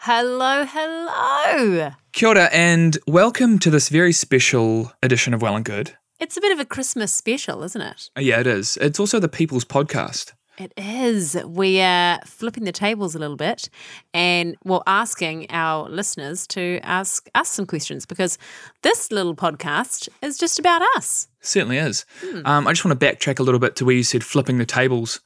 Hello, hello. Kia ora and welcome to this very special edition of Well and Good. It's a bit of a Christmas special, isn't it? Uh, Yeah, it is. It's also the People's Podcast. It is. We are flipping the tables a little bit and well asking our listeners to ask us some questions because this little podcast is just about us. Certainly is. Hmm. Um, I just want to backtrack a little bit to where you said flipping the tables.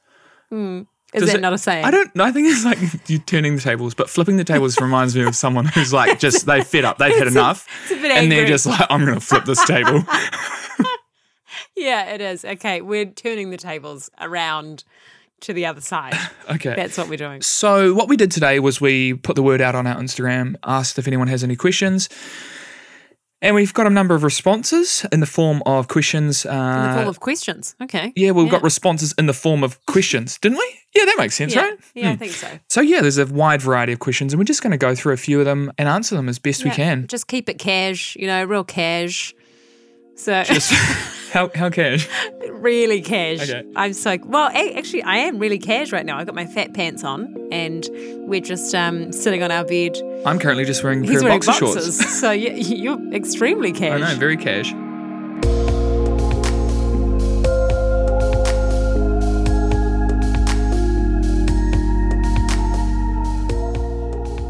Is Does that it- not a saying? I don't. I think it's like you turning the tables, but flipping the tables reminds me of someone who's like just they fed up, they've had enough, it's a bit and they're angry. just like, I'm going to flip this table. yeah, it is. Okay, we're turning the tables around to the other side. Okay. That's what we're doing. So what we did today was we put the word out on our Instagram, asked if anyone has any questions, and we've got a number of responses in the form of questions. In the Uh, form of questions. Okay. yeah, we've got responses in the form of questions, didn't we? Yeah, that makes sense, Yeah, right? yeah I think so. So yeah, there's a wide variety of questions, and we're just going to go through a few of them and answer them as best we Yeah, can. Just keep it cash, you know, real cash. So how how cash? really cash. Okay. I'm so well. a- Actually, I am really cash right now. I've got my fat pants on, and we're just um, sitting on our bed. I'm currently just wearing a pair He's of wearing boxer boxes, shorts. so you, you're extremely I cash. know, very cash.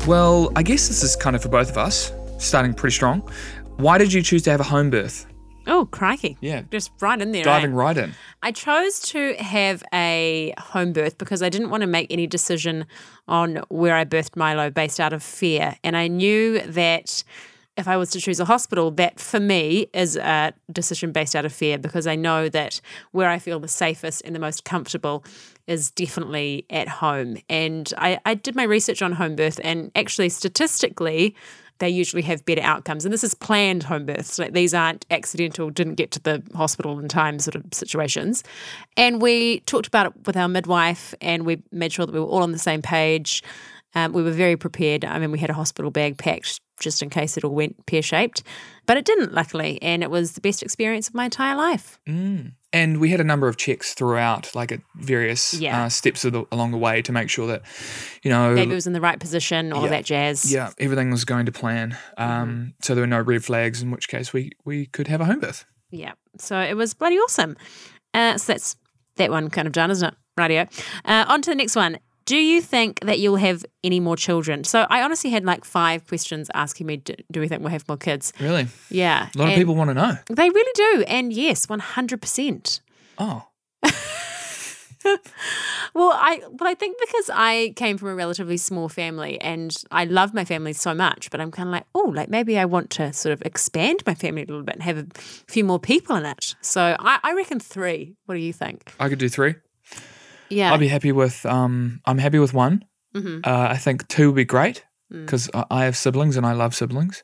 Well, I guess this is kind of for both of us, starting pretty strong. Why did you choose to have a home birth? Oh crikey! Yeah. just right in there. eh? Diving right in. I chose to have a home birth because I didn't want to make any decision on where I birthed Milo based out of fear. And I knew that if I was to choose a hospital, that for me is a decision based out of fear because I know that where I feel the safest and the most comfortable is definitely at home. And I, I did my research on home birth, and actually, statistically, they usually have better outcomes. And this is planned home births. Like these aren't accidental, didn't get to the hospital in time sort of situations. And we talked about it with our midwife and we made sure that we were all on the same page. Um, we were very prepared. I mean, we had a hospital bag packed just in case it all went pear shaped, but it didn't, luckily. And it was the best experience of my entire life. Mm-hmm. And we had a number of checks throughout, like at various Yeah. uh, steps of the, along the way to make sure that, you know, Maybe it was in the right position, all of that jazz. yeah, everything was going to plan. Mm-hmm. Um, So there were no red flags, in which case we, we could have a home birth. Yeah. So it was bloody awesome. Uh, so that's that one kind of done, isn't it? Radio. Uh, on to the next one. Do you think that you'll have any more children? So I honestly had like five questions asking me, do, do we think we'll have more kids? Really? Yeah. A lot of and people want to know. They really do. And yes, 100%. Oh, Well, I well, I think because I came from a relatively small family and I love my family so much, but I'm kind of like, oh, like maybe I want to sort of expand my family a little bit and have a few more people in it. So I, I reckon three. What do you think? I could do three. Yeah. I'd be happy with. Um, I'm happy with one. Mm-hmm. Uh, I think two would be great because I I have siblings and I love siblings.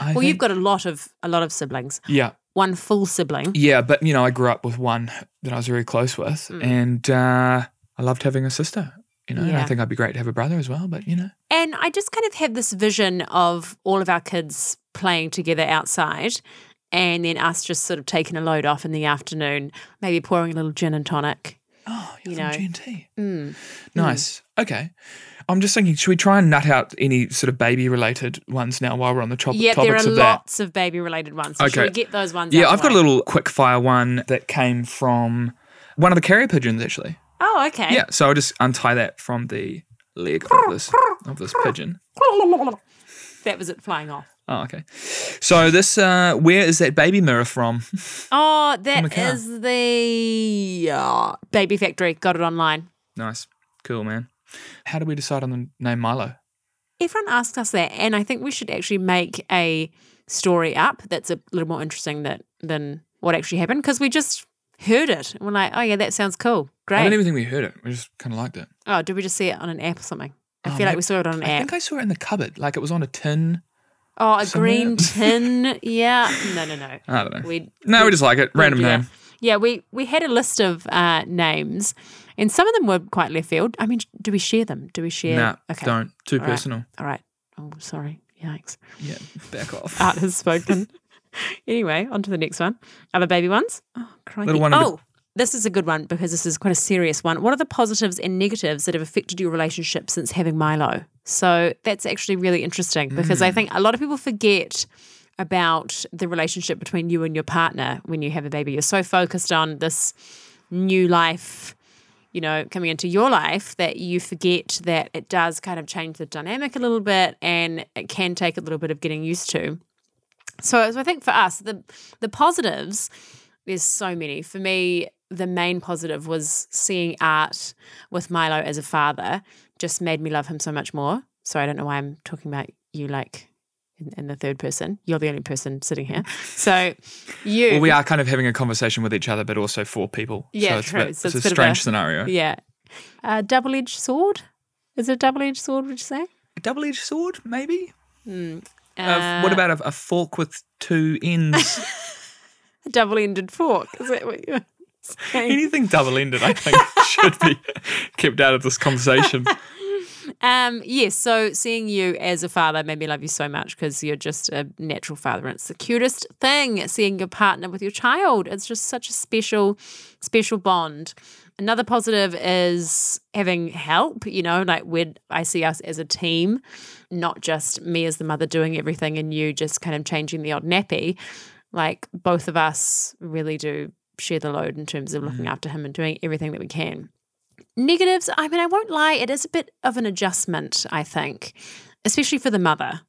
I Mm. Well, you've think- got a lot of a lot of siblings. yeah, One full sibling. yeah, but you know, I grew up with one that I was very close with, Mm. and uh, I loved having a sister. You know, and I Yeah. think I'd be great to have a brother as well. But you know, And I just kind of have this vision of all of our kids playing together outside and then us just sort of taking a load off in the afternoon, maybe pouring a little gin and tonic. oh, you're You from know. Mm. G&T. Nice. Okay. I'm just thinking, should we try and nut out any sort of baby related ones now while we're on the top- Yeah, there are topics of that? lots of baby related ones. So should Okay. we get those ones Yeah, out I've the got a way? little quick fire one that came from one of the carrier pigeons actually. Oh, okay. Yeah, so I'll just untie that from the leg of this of this pigeon. That was it flying off. Oh, okay. So this uh where is that baby mirror from? Oh, the that car. is the uh, Baby Factory. Got it online. nice. Cool, man. How do we decide on the name Milo? Everyone asks us that, and I think we should actually make a story up that's a little more interesting that than what actually happened because we just heard it and we're like, oh yeah, that sounds cool, I great. don't even think we heard it. We just kind of liked it. oh, did we just see it on an app or something? I Oh, feel maybe- like we saw it on an I app. think I saw it in the cupboard. Like it was on a tin. oh, a somewhere. green tin. yeah. No, no, no. I don't know. We Uh, no, we just like it. Random yeah. name. Yeah, we we had a list of uh, names, and some of them were quite left field. I mean, do we share them? Do we share? Nah, okay. don't. Too All right. personal. All right. Oh, sorry. Yikes. Yeah, back off. art has spoken. anyway, on to the next one. Other baby ones. Oh, crikey. Little one in the- oh, This is a good one because this is quite a serious one. What are the positives and negatives that have affected your relationship since having Milo? So that's actually really interesting because Mm. I think a lot of people forget about the relationship between you and your partner when you have a baby. You're so focused on this new life, you know, coming into your life that you forget that it does kind of change the dynamic a little bit and it can take a little bit of getting used to. So, so I think for us, the the positives, there's so many. For me, the main positive was seeing art with Milo as a father just made me love him so much more. So I don't know why I'm talking about you like in, in the third person. You're the only person sitting here. So you Well, we are kind of having a conversation with each other, but also for people. Yeah, so it's true. a, bit, So it's it's a a bit of strange a- scenario. Yeah. A double edged sword? Is it a double edged sword, would you say? A double-edged sword, maybe. Uh, Uh, what about a, a fork with two ends? a double ended fork? Is that what you're saying? Anything double-ended, I think, should be kept out of this conversation. Um, yes, so seeing you as a father made me love you so much because you're just a natural father, and it's the cutest thing seeing your partner with your child. It's just such a special, special bond. Another positive is having help. You know, like when I see us as a team, not just me as the mother doing everything and you just kind of changing the odd nappy. Like both of us really do share the load in terms of looking after him and doing everything that we can. Negatives, I mean, I won't lie, it is a bit of an adjustment, I think, especially for the mother,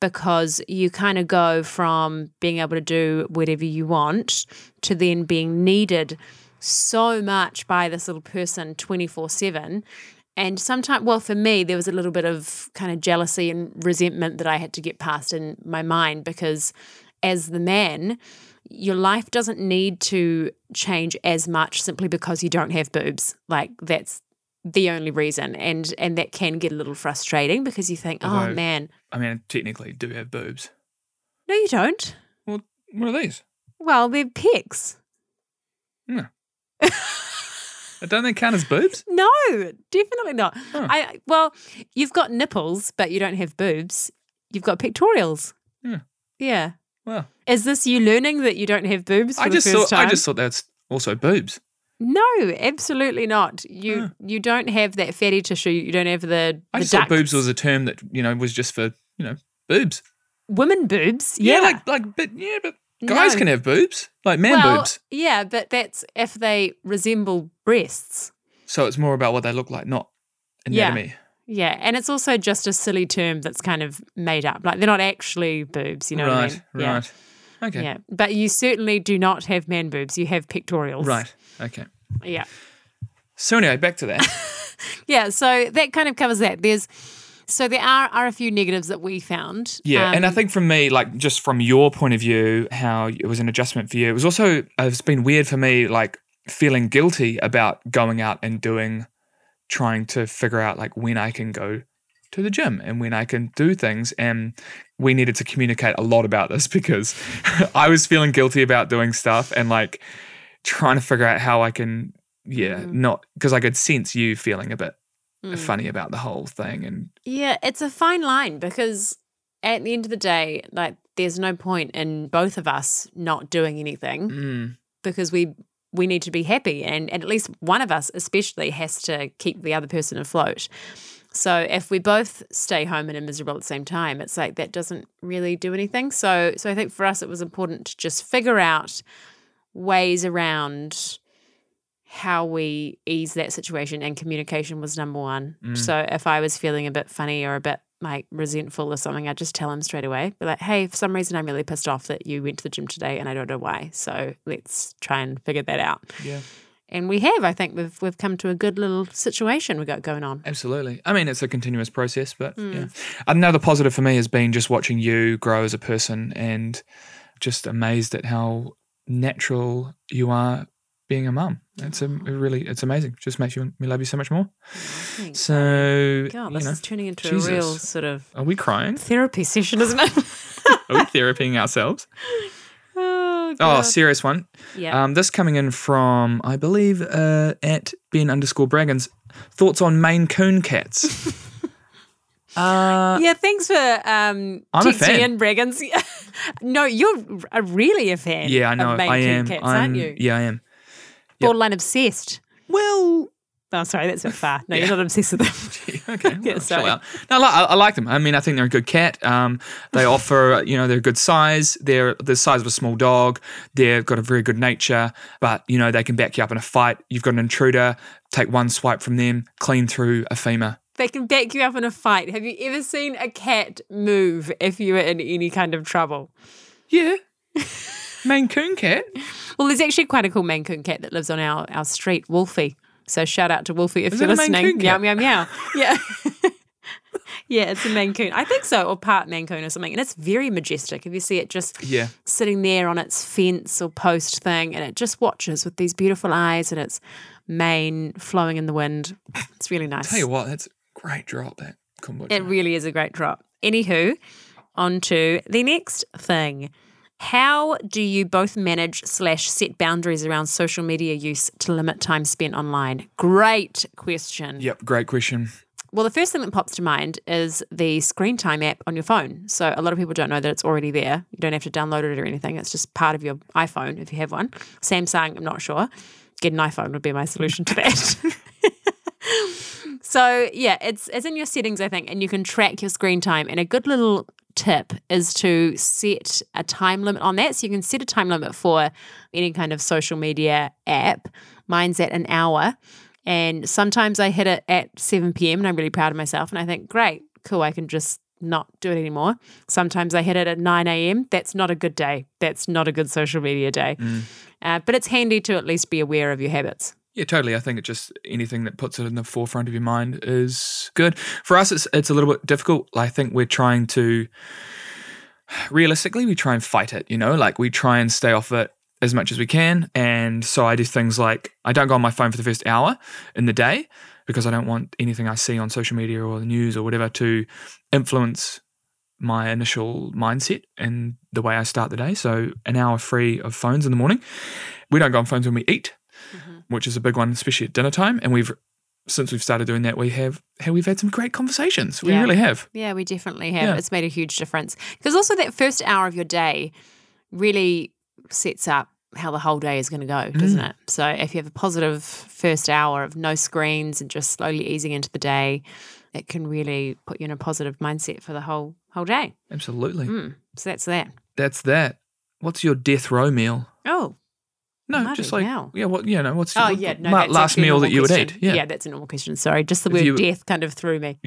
because you kind of go from being able to do whatever you want to then being needed so much by this little person 24 7. And sometimes, well, for me, there was a little bit of kind of jealousy and resentment that I had to get past in my mind because as the man, your life doesn't need to change as much simply because you don't have boobs. Like that's the only reason, and and that can get a little frustrating because you think, oh Although- man, I mean, I technically do have boobs. no, you don't. Well, what are these? Well, they're pics. I don't they count as boobs? No, definitely not. I well, you've got nipples, but you don't have boobs. You've got pectorials. Yeah. Yeah. Well, Is this you learning that you don't have boobs for I the just first thought time? I just thought that's also boobs. No, absolutely not. You you don't have that fatty tissue. You don't have the. I the just thought boobs ducts. was a term that you know was just for you know boobs. women boobs. Yeah, like like but yeah, but guys No. can have boobs, like man well, boobs. yeah, but that's if they resemble breasts. So it's more about what they look like, not Yeah. anatomy. Yeah, and it's also just a silly term that's kind of made up. Like they're not actually boobs, you know what right, I mean? right. Yeah. Okay. yeah, but you certainly do not have man boobs. You have pectorials. Right. Okay. Yeah. So anyway, back to that. Yeah. So that kind of covers that. There's. So there are, are a few negatives that we found. Yeah, and I Um, think from me, like just from your point of view, how it was an adjustment for you. It was also uh, it's been weird for me, like feeling guilty about going out and doing, trying to figure out like when I can go to the gym and when I can do things. And we needed to communicate a lot about this because I was feeling guilty about doing stuff and like trying to figure out how I can, yeah, not because I could sense you feeling a bit Mm. funny about the whole thing and hmm. Yeah, it's a fine line because at the end of the day, like there's no point in both of us not doing anything mm, because we we need to be happy and, and at least one of us especially has to keep the other person afloat. So if we both stay home and are miserable at the same time, it's like that doesn't really do anything. So so I think for us it was important to just figure out ways around how we ease that situation and communication was number one. Mm. So if I was feeling a bit funny or a bit like resentful or something, I'd just tell him straight away. Be like, hey, for some reason I'm really pissed off that you went to the gym today and I don't know why. So let's try and figure that out. yeah. And we have, I think we've we've come to a good little situation we got going on. Absolutely. I mean, it's a continuous process, but Hmm. yeah. Another positive for me has been just watching you grow as a person and just amazed at how natural you are being a mum. It's a, it really, it's amazing. Just makes you, me love you so much more. So, God, Uh, you this know, is turning into Jesus. a real sort of are we crying? therapy session, isn't it? Are we therapying ourselves? oh, Oh, God. serious one. yeah. Um, this coming in from, I believe, uh, at Ben underscore Braggins. Thoughts on Maine Coon cats? uh, yeah, thanks for um, I'm a texting fan. in, Braggins. no, you're r- really a fan. Yeah, I of know. Maine I Coon am. Cats, I'm, aren't you? Yeah, I am. borderline obsessed. Well, Oh, sorry, that's a bit far. No, you're not obsessed with them. okay. Yeah, well, sorry. chill out. No, I, li- I I like them. I mean, I think they're a good cat. Um, they offer, you know, they're a good size. They're the size of a small dog. They've got a very good nature, but you know, they can back you up in a fight. You've got an intruder. Take one swipe from them, clean through a femur. they can back you up in a fight. Have you ever seen a cat move if you were in any kind of trouble? Yeah. Maine Coon cat. Well, there's actually quite a cool Maine Coon cat that lives on our, our street, Wolfie. So shout out to Wolfie if Is you're it a Maine listening. Coon meow, cat? meow, meow. Yeah. yeah, it's a Maine Coon. I think so, or part Maine Coon or something. And it's very majestic. If you see it just Yeah. sitting there on its fence or post thing and it just watches with these beautiful eyes and its mane flowing in the wind. It's really nice. Tell you what, that's a great drop. That kombucha. It really is a great drop. Anywho, on to the next thing. How do you both manage slash set boundaries around social media use to limit time spent online? Great question. Yep, great question. Well, the first thing that pops to mind is the screen time app on your phone. So a lot of people don't know that it's already there. You don't have to download it or anything. It's just part of your iPhone if you have one. Samsung, I'm not sure. Get an iPhone would be my solution to that. So yeah, it's it's in your settings, I think, and you can track your screen time. And a good little tip is to set a time limit on that. So you can set a time limit for any kind of social media app. Mine's at an hour. And sometimes I hit it at 7 p.m. and I'm really proud of myself. And I think, great, cool, I can just not do it anymore. Sometimes I hit it at 9 a.m. That's not a good day. That's not a good social media day. Uh, but it's handy to at least be aware of your habits. Yeah, totally. I think it just anything that puts it in the forefront of your mind is good. For us, it's it's a little bit difficult. I think we're trying to realistically we try and fight it. You know, like we try and stay off it as much as we can. And so I do things like I don't go on my phone for the first hour in the day because I don't want anything I see on social media or the news or whatever to influence my initial mindset and the way I start the day. So an hour free of phones in the morning. We don't go on phones when we eat which is a big one, especially at dinner time. And we've since we've started doing that, we have hey, we've had some great conversations. We Yeah. really have. Yeah, we definitely have. Yeah. It's made a huge difference. Because also that first hour of your day really sets up how the whole day is going to go, doesn't Mm. it? So if you have a positive first hour of no screens and just slowly easing into the day, it can really put you in a positive mindset for the whole whole day. Absolutely. Mm. So that's that. That's that. What's your death row meal? Oh, No, Bloody just like hell. yeah, what you know, what's oh your yeah. No, la- that's last actually a meal normal that you would question. eat? Yeah. yeah. that's a normal question. Sorry, just the If word you- death kind of threw me.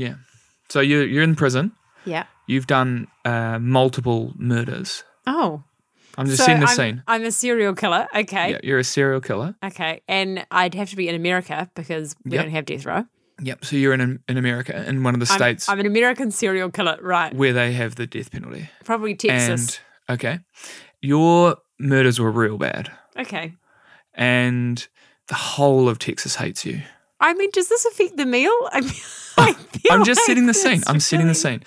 So you you're in prison. Yeah. You've done uh, multiple murders. Oh, I'm just so seeing the I'm, scene. I'm a serial killer. Okay. Yeah, you're a serial killer. Okay, and I'd have to be in America because we Yep. don't have death row. Yep. So you're in in America in one of the I'm- states I'm, an American serial killer, right? where they have the death penalty. Probably Texas. And okay, your murders were real bad. okay. and the whole of Texas hates you. I mean, does this affect the meal? I mean, I feel Oh, I'm just like setting the scene. that's I'm setting the really- scene.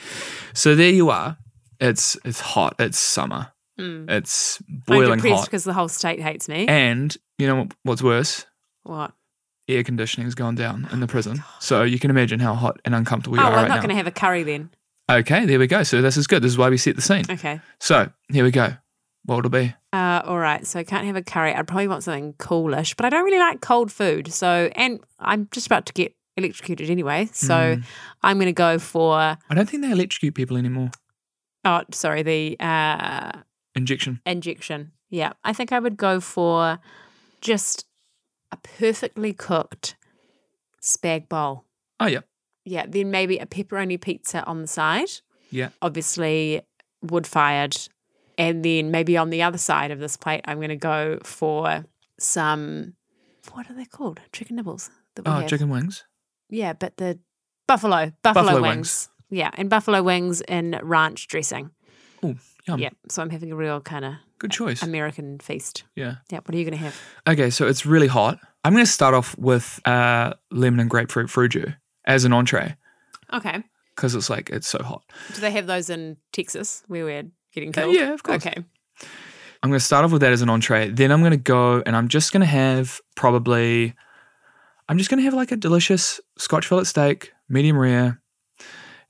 So there you are. It's it's hot. It's summer. Mm. It's I'm boiling depressed hot. because the whole state hates me. And you know what- what's worse? what? Air conditioning's gone down in the prison. So you can imagine how hot and uncomfortable you oh, are well, I'm right not now. going to have a curry then. okay, there we go. So this is good. This is why we set the scene. Okay. So here we go. What would it be? Uh, all right, so I can't have a curry. I'd probably want something coolish, but I don't really like cold food. So, and I'm just about to get electrocuted anyway. So, Hmm. I'm going to go for I don't think they electrocute people anymore. oh, sorry, the uh, Injection. injection. Yeah. I think I would go for just a perfectly cooked spag bowl. Oh yeah. Yeah. Then maybe a pepperoni pizza on the side. Yeah. Obviously, wood fired. And then maybe on the other side of this plate, I'm going to go for some, what are they called? Chicken nibbles. That we Oh, have. chicken wings. Yeah. But the buffalo, buffalo, Buffalo wings. wings. Yeah. And buffalo wings in ranch dressing. Ooh, yum. Yeah. So I'm having a real kind of Good Um, choice. American feast. yeah. Yeah, what are you going to have? Okay, so it's really hot. I'm going to start off with uh, lemon and grapefruit fruit jus as an entree Okay. because it's like it's so hot. Do they have those in Texas where we're getting Uh, killed? yeah, of course. Okay. I'm going to start off with that as an entree. Then I'm going to go and I'm just going to have probably, I'm just going to have like a delicious Scotch fillet steak, medium rare,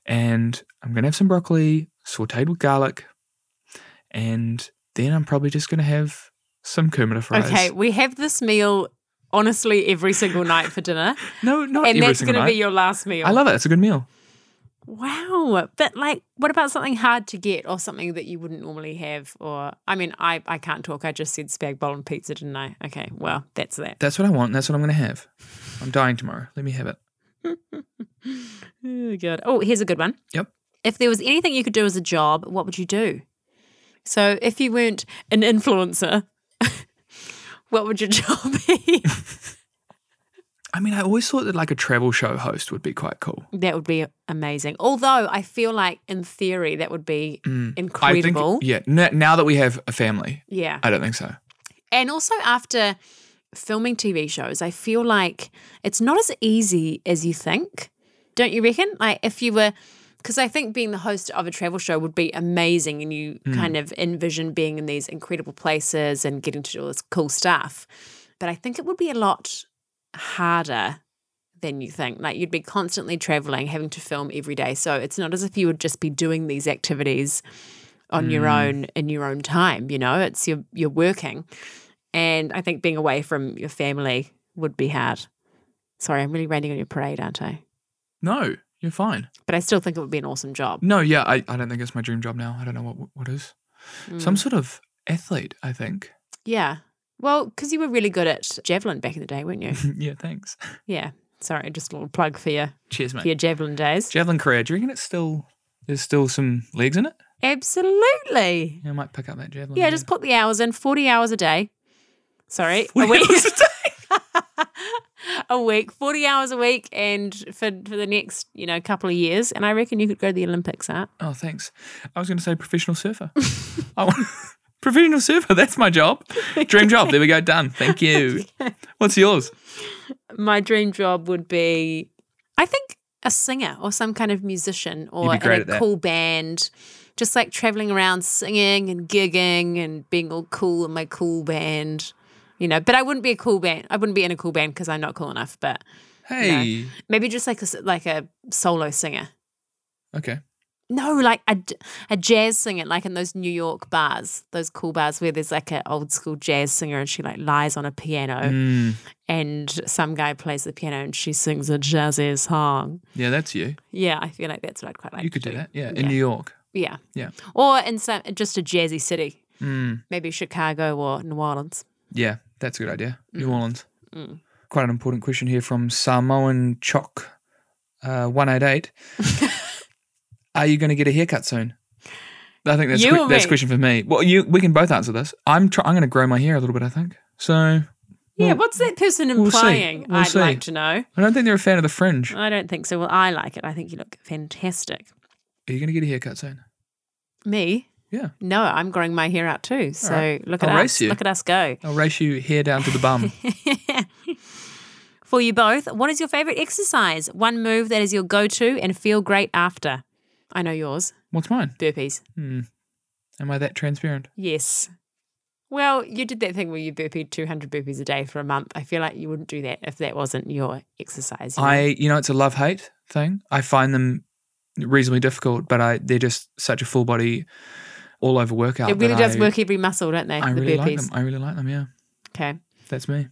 and I'm going to have some broccoli sauteed with garlic, and then I'm probably just going to have some kumara fries. Okay, we have this meal honestly every single night for dinner. No, not and every that's single going to night. be your last meal. I love it. It's a good meal. Wow. But like what about something hard to get or something that you wouldn't normally have or I mean I I can't talk. I just said spag bowl and pizza, didn't I? Okay. Well, that's that. That's what I want. That's what I'm going to have. I'm dying tomorrow. Let me have it. Oh, God. Oh, here's a good one. Yep. If there was anything you could do as a job, what would you do? So if you weren't an influencer, what would your job be? I mean, I always thought that like a travel show host would be quite cool. that would be amazing. Although I feel like in theory that would be incredible. I think, yeah. N- now that we have a family, yeah. I don't think so. And also after filming TV shows, I feel like it's not as easy as you think. Don't you reckon? Like if you were because I think being the host of a travel show would be amazing and you kind of envision being in these incredible places and getting to do all this cool stuff. But I think it would be a lot harder than you think. Like you'd be constantly traveling, having to film every day. So it's not as if you would just be doing these activities on your own in your own time, you know? It's you're you're working. And I think being away from your family would be hard. Sorry, I'm really raining on your parade, aren't I? No, you're fine. But I still think it would be an awesome job. No, yeah, I, I don't think it's my dream job now. I don't know what what is. Mm. Mm. Some sort of athlete, I think. Yeah. Well, because you were really good at javelin back in the day, weren't you? yeah, thanks. yeah. Sorry, just a little plug for your Cheers, mate. for your javelin days. Javelin career. Do you reckon it's still there's still some legs in it? Absolutely. Yeah, I might pick up that javelin. Yeah, just put the hours in, forty hours a day. Sorry, a 40 week. hours a a week, forty hours a week, and for for the next you know couple of years. And I reckon you could go to the Olympics, huh? Oh, thanks. I was going to say professional surfer. I want- professional surfer. That's my job. Dream job. There we go. Done. Thank you. What's yours? my dream job would be I think a singer or some kind of musician or be great in at a that. cool band. Just like traveling around singing and gigging and being all cool in my cool band. You know, but I wouldn't be a cool band. I wouldn't be in a cool band because I'm not cool enough. But Hey. maybe just like a, s- like a solo singer. Okay. No, like a, j- a jazz singer, like in those New York bars, those cool bars where there's like an old school jazz singer and she like lies on a piano Mm, and some guy plays the piano and she sings a jazzy song. yeah, that's you. Yeah, I feel like that's what I'd quite like. You to could do that. Yeah, Yeah. in New York. Yeah. Yeah. Or in some just a jazzy city, Mm, maybe Chicago or New Orleans. yeah, that's a good idea. New Orleans. Mm. Quite an important question here from Samoan Chock uh, 188. Are you going to get a haircut soon? I think that's You que- or that's me? a question for me. Well, you we can both answer this. I'm try- I'm going to grow my hair a little bit. I think so. Yeah, Well, what's that person Hmm. we'll see. implying? We'll I'd see. like to know. I don't think they're a fan of the fringe. I don't think so. Well, I like it. I think you look fantastic. Are you going to get a haircut soon? Me? Yeah. No, I'm growing my hair out too. So right. look at I'll us. race you. Look at us go. I'll race you hair down to the bum. For you both, what is your favorite exercise? One move that is your go to and feel great after. I know yours. What's mine? Burpees. Hmm. Am I that transparent? Yes. Well, you did that thing where you burpeed 200 burpees a day for a month. I feel like you wouldn't do that if that wasn't your exercise. you know? I, you know, it's a love hate thing. I find them reasonably difficult, but I they're just such a full body, all over workout. it really that does I- work every muscle, don't they? I the really like burpees. them. I really like them. Yeah, Okay. that's me.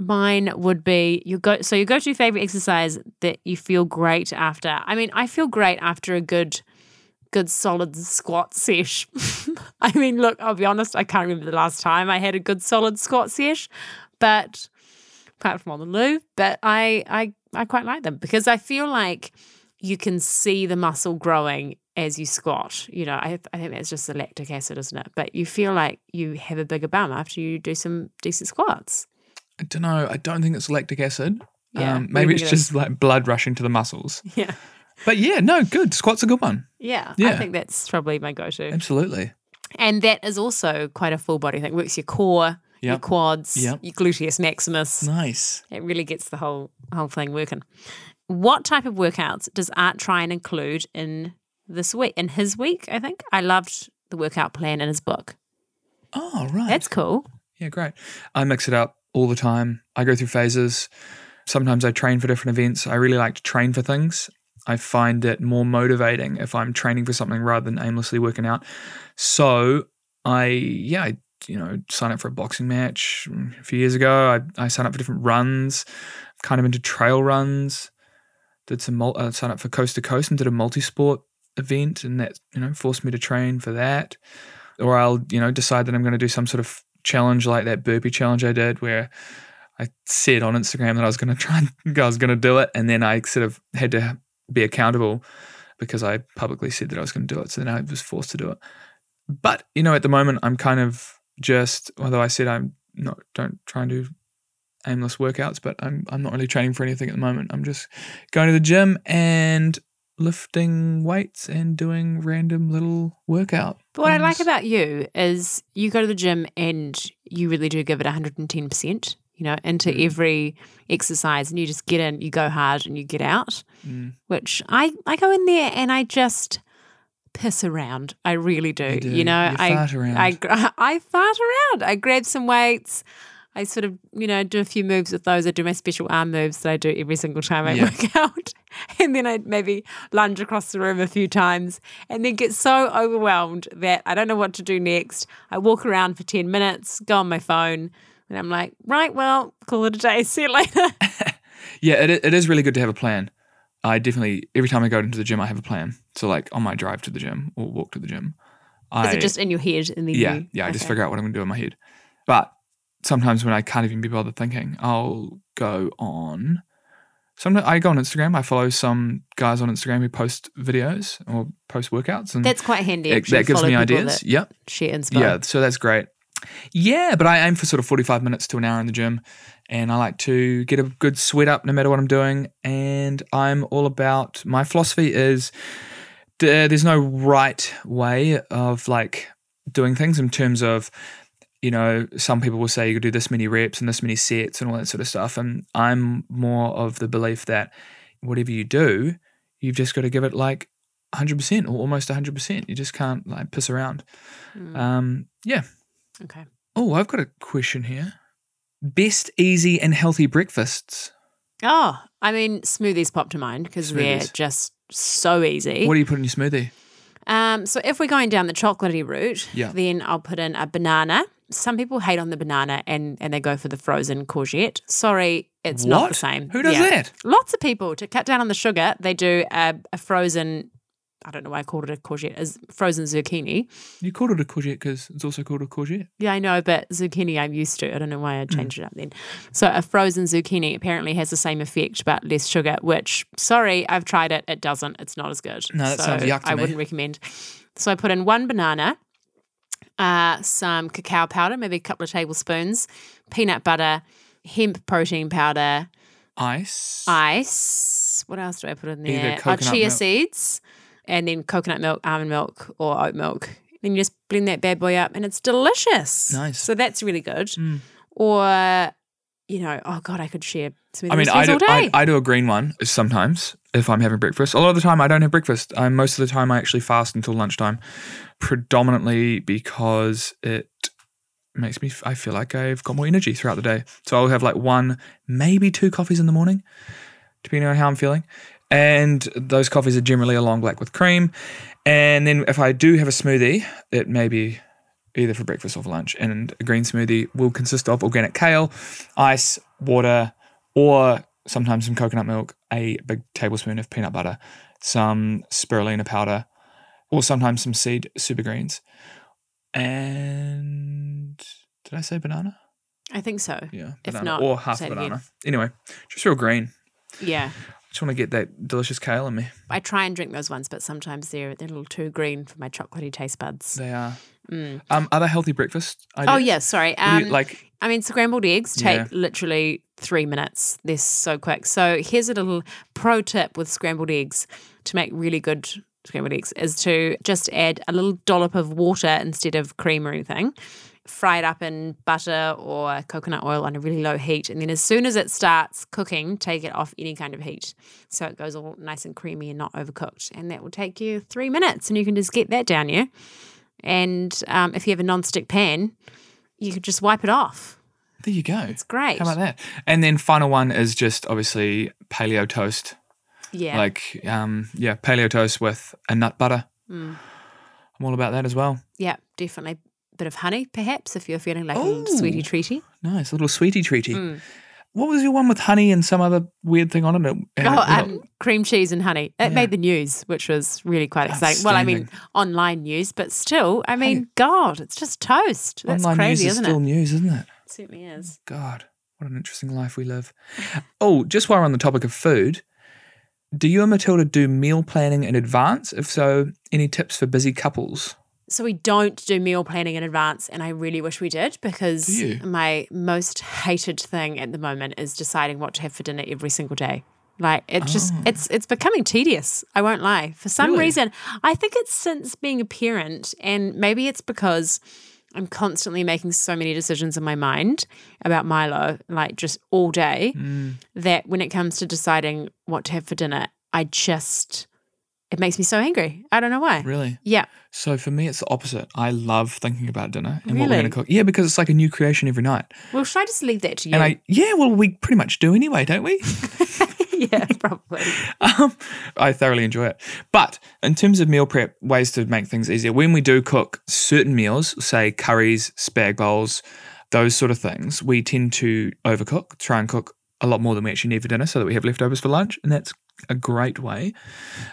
Mine would be your go. So your go-to favorite exercise that you feel great after. I mean, I feel great after a good, good solid squat sesh. I mean, look, I'll be honest. I can't remember the last time I had a good solid squat sesh, but apart from on the loo, but I, I, I quite like them because I feel like you can see the muscle growing as you squat. You know, I, I think that's just the lactic acid, isn't it? But you feel like you have a bigger bum after you do some decent squats. I don't know. I don't think it's lactic acid. Yeah, um, what do you maybe it's think it just like blood rushing to the muscles. Yeah. But yeah, no, good. Squat's a good one. Yeah, I Yeah. think that's probably my go-to. Absolutely. And that is also quite a full body thing. Works your core, your Yep. quads, Yep. Mm. your gluteus maximus. Nice. It really gets the whole whole thing working. What type of workouts does Art try and include in this week? In his week, I think I loved the workout plan in his book. Oh right. That's cool. Yeah, great. I mix it up all the time. I go through phases. Sometimes I train for different events. I really like to train for things. I find it more motivating if I'm training for something rather than aimlessly working out. So I, yeah, I you know, sign up for a boxing match mm, a few years ago. I, I signed up for different runs, kind of into trail runs. Did some mul- uh, sign up for coast to coast and did a multi sport event, and that you know forced me to train for that. Or I'll you know decide that I'm going to do some sort of challenge like that burpee challenge I did, where I said on Instagram that I was going to try and I was going to do it, and then I sort of had to be accountable because I publicly said that I was going to do it. So then I was forced to do it. But you know, at the moment, I'm kind of just although I said I'm not don't try and do aimless workouts, but I'm I'm not really training for anything at the moment. I'm just going to the gym and lifting weights and doing random little workout. But what I things. like about you is you go to the gym and you really do give it 110%, you know, into Mm. every exercise and you just get in, you go hard and you get out, Mm. which I, I go in there and I just piss around. I really do. Uh, You, do. know, You I, fart around. I, gra- I fart around. I grab some weights. I sort of, you know, do a few moves with those. I do my special arm moves that I do every single time I Yeah. work out. And then I maybe lunge across the room a few times and then get so overwhelmed that I don't know what to do next. I walk around for 10 minutes, go on my phone, and I'm like, right, well, call it a day. See you later. Yeah, it, i- it is really good to have a plan. I definitely every time I go into the gym, I have a plan. So like on my drive to the gym or walk to the gym, I Is it just in your head? And then yeah you, yeah I just okay. figure out what I'm gonna do in my head. But sometimes when I can't even be bothered thinking, I'll go on. Sometimes I go on Instagram. I follow some guys on Instagram who post videos or post workouts, and That's quite handy. it- actually, Mm. that gives follow me people ideas. That Yep. share inspo. Yeah, so that's great. Yeah, but I aim for sort of 45 minutes to an hour in the gym and I like to get a good sweat up no matter what I'm doing and I'm all about my philosophy is there- there's no right way of like doing things in terms of you know some people will say you could do this many reps and this many sets and all that sort of stuff and I'm more of the belief that whatever you do you've just got to give it like 100% or almost 100%. You just can't like piss around. Mm. Um, yeah. Okay. Oh, I've got a question here. Best easy and healthy breakfasts. Oh, I mean, smoothies pop to mind because they're Smoothies. just so easy. What do you put in your smoothie? Um, so if we're going down the chocolatey route, Yeah. then I'll put in a banana. Some people hate on the banana and, and they go for the frozen courgette. Sorry, it's not the What? same. Who does Yeah. that? Lots of people to cut down on the sugar, they do a, a frozen. I don't know why I called it a courgette. Is frozen zucchini? You called it a courgette because it's also called a courgette. Yeah, I know, but zucchini I'm used to. I don't know why I changed it up then. So a frozen zucchini apparently has the same effect, but less sugar. Which, sorry, I've tried it. It doesn't. It's not as good. No, that so sounds yuck to I me. wouldn't recommend. So I put in one banana, uh, some cacao powder, maybe a couple of tablespoons, peanut butter, hemp protein powder, Ice. ice. What else do I put in Either there? Oh, coconut chia milk. seeds, and then coconut milk, almond milk, or oat milk. Then you just blend that bad boy up, and it's delicious. Nice. So that's really good. Mm. Or, you know, oh god, I could share smoothie I mean, I recipes do, all I, day. I do a green one sometimes if I'm having breakfast. A lot of the time, I don't have breakfast. I, most of the time, I actually fast until lunchtime, predominantly because it makes me, f- I feel like I've got more energy throughout the day. So I'll have like one, maybe two coffees in the morning, depending on how I'm feeling. And those coffees are generally a long black with cream. And then if I do have a smoothie, it may be either for breakfast or for lunch. And a green smoothie will consist of organic kale, ice, water, or sometimes some coconut milk, a big tablespoon of peanut butter, some spirulina powder, or sometimes some seed super greens. And did I say banana? I think so. Yeah, If banana not, or half say a it again. banana. Anyway, just real green. Yeah. Just want to get that delicious kale in me. I try and drink those ones, but sometimes they're they're a little too green for my chocolatey taste buds. They are. Mm. Um, other healthy breakfast. Oh yeah, sorry. What Um, do you- like I mean, scrambled eggs take Yeah. literally three minutes. They're so quick. So here's a little pro tip with scrambled eggs to make really good scrambled eggs is to just add a little dollop of water instead of cream or anything. Fry it up in butter or coconut oil on a really low heat. And then as soon as it starts cooking, take it off any kind of heat. So it goes all nice and creamy and not overcooked. And that will take you three minutes and you can just get that down you. And um, if you have a non-stick pan, you could just wipe it off. there you go. It's great. How about that? And then final one is just obviously paleo toast. Yeah. Like um, yeah, Mm. paleo toast with a nut butter. I'm all about that as well. yeah, definitely. bit of honey, perhaps, if you're feeling like a Ooh. little sweetie treaty. Nice, a little sweetie treaty. Mm. What was your one with honey and some other weird thing on it? Uh, Oh, yeah. um, cream cheese and honey. It made the news, which was really quite exciting. Well, I mean, online news, but still, I mean, God, it's just toast. That's Online crazy, news isn't is still it? news, isn't it? It certainly is. God, what an interesting life we live. oh, just while we're on the topic of food, do you and Matilda do meal planning in advance? If so, any tips for busy couples? So we don't do meal planning in advance, and I really wish we did because Do you? my most hated thing at the moment is deciding what to have for dinner every single day. Like it just it's it's becoming tedious. I won't lie. For some Oh. Really? reason, I think it's since being a parent, and maybe it's because I'm constantly making so many decisions in my mind about Milo, like just all day, Mm. that when it comes to deciding what to have for dinner, I just it makes me so angry. I don't know why. Really? Yeah. So for me, it's the opposite. I love thinking about dinner and what we're going Really? to cook. Yeah, because it's like a new creation every night. Well, should I just leave that to you? And I, yeah, well, we pretty much do anyway, don't we? yeah, probably. Um, I thoroughly enjoy it. But in terms of meal prep, ways to make things easier, when we do cook certain meals, say curries, spag bowls, those sort of things, we tend to overcook, try and cook a lot more than we actually need for dinner so that we have leftovers for lunch. And that's a great way.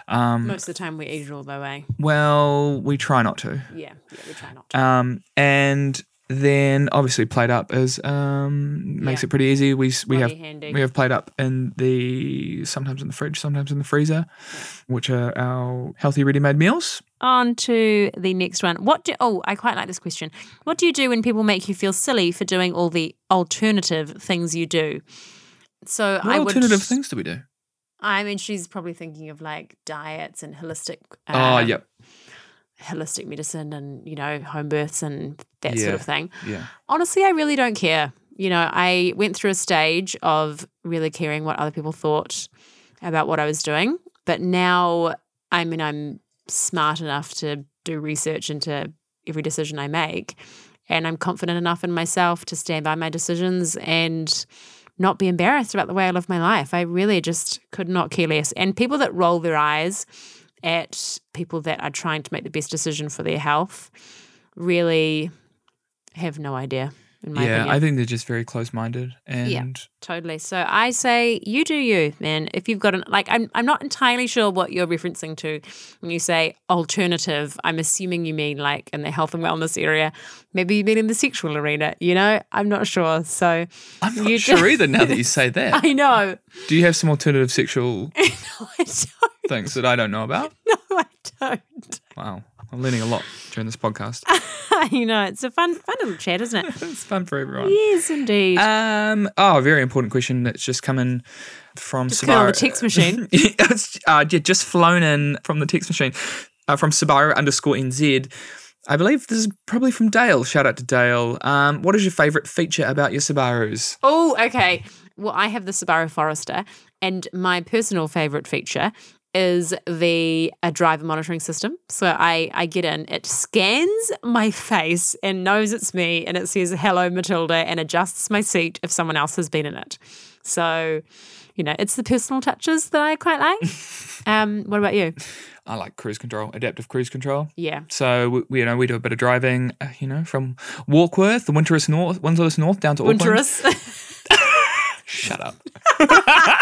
Um, Most of the time we eat it all the way. Well, we try not to. Yeah, yeah we try not to. Um, and then obviously plate up is um, makes Yeah. it pretty easy. We we Bloody have handy. we have plate up in the sometimes in the fridge, sometimes in the freezer, which are our healthy ready made meals. On to the next one. What do, oh, I quite like this question. What do you do when people make you feel silly for doing all the alternative things you do? So What I would, alternative things do we do? I mean, she's probably thinking of like diets and holistic. oh, um, yep, Holistic medicine and, you know, home births and that Yeah. sort of thing. yeah. honestly, I really don't care. You know, I went through a stage of really caring what other people thought about what I was doing. But now, I mean, I'm smart enough to do research into every decision I make. And I'm confident enough in myself to stand by my decisions and not be embarrassed about the way I live my life. I really just could not care less. And people that roll their eyes at people that are trying to make the best decision for their health really have no idea, in my yeah, opinion. I think they're just very close minded and Totally. So I say you do you, man. If you've got an like I'm I'm not entirely sure what you're referencing to when you say alternative. I'm assuming you mean like in the health and wellness area. Maybe you mean in the sexual arena, you know? I'm not sure. So I'm not You sure do- either. Now that you say that, I know. do you have some alternative sexual No, I don't things that I don't know about? know. I don't. Wow, I'm learning a lot during this podcast. I know. It's a fun fun little chat, isn't it? it's fun for everyone. yes indeed. Um. Oh, a very important question that's just come in from Just Subaru. on the text machine. It's, uh, yeah, just flown in from the text machine uh, from Subaru underscore NZ. I believe this is probably from Dale. Shout out to Dale. Um, what is your favorite feature about your Subarus? Oh, okay. Well, I have the Subaru Forester, and my personal favorite feature is the a driver monitoring system. So I I get in, it scans my face and knows it's me, and it says "Hello, Matilda," and adjusts my seat if someone else has been in it. So, you know, it's the personal touches that I quite like. um, what about you? I like cruise control, adaptive cruise control. Yeah. So we, we- you know we do a bit of driving, uh, you know, from Walkworth, the Winterus North, Windsor North, down to Auckland. Winterous. Shut up.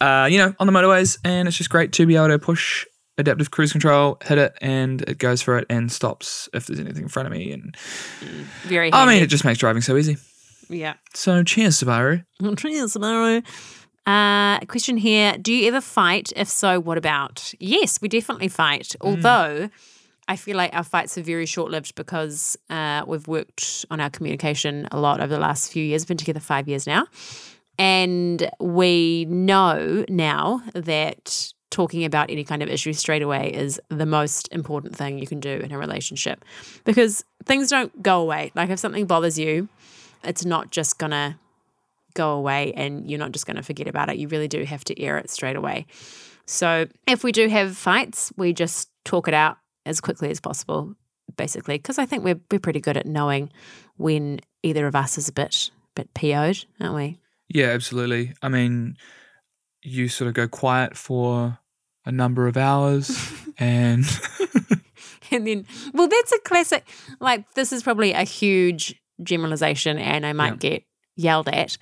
uh, you know, on the motorways, and it's just great to be able to push adaptive cruise control, hit it, and it goes for it and stops if there's anything in front of me. And Very I handy. mean, it just makes driving so easy. yeah. So cheers, Subaru. Cheers, Maru. Uh, question here. Do you ever fight? If so, what about? Yes, we definitely fight. Although I feel like our fights are very short lived because uh, we've worked on our communication a lot over the last few years, been together five years now. And we know now that talking about any kind of issue straight away is the most important thing you can do in a relationship because things don't go away. Like if something bothers you, it's not just going to go away and you're not just going to forget about it. You really do have to air it straight away. So if we do have fights, we just talk it out as quickly as possible, basically, because I think we're, we're pretty good at knowing when either of us is a bit bit PO'd, aren't we? Yeah, absolutely. I mean, you sort of go quiet for a number of hours, and and then, well, that's a classic. Like, this is probably a huge generalization, and I might get yelled at,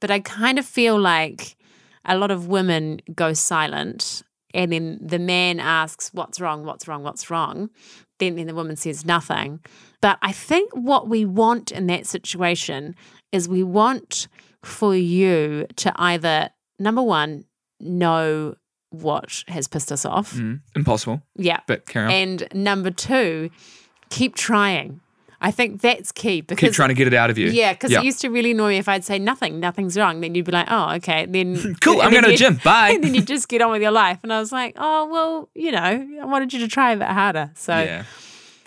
but I kind of feel like a lot of women go silent, and then the man asks, What's wrong? What's wrong? What's wrong? Then, then the woman says nothing. But I think what we want in that situation is we want for you to either, number one, know what has pissed us off. Mm, impossible, Yeah. but carry on. And number two, keep trying. I think that's key because Keep trying to get it out of you. yeah, because yeah. it used to really annoy me if I'd say nothing, nothing's wrong. Then you'd be like, oh, okay. Then cool. and I'm then going to you'd- the gym. Bye. And then you just get on with your life. And I was like, oh, well, you know, I wanted you to try a bit harder. So yeah,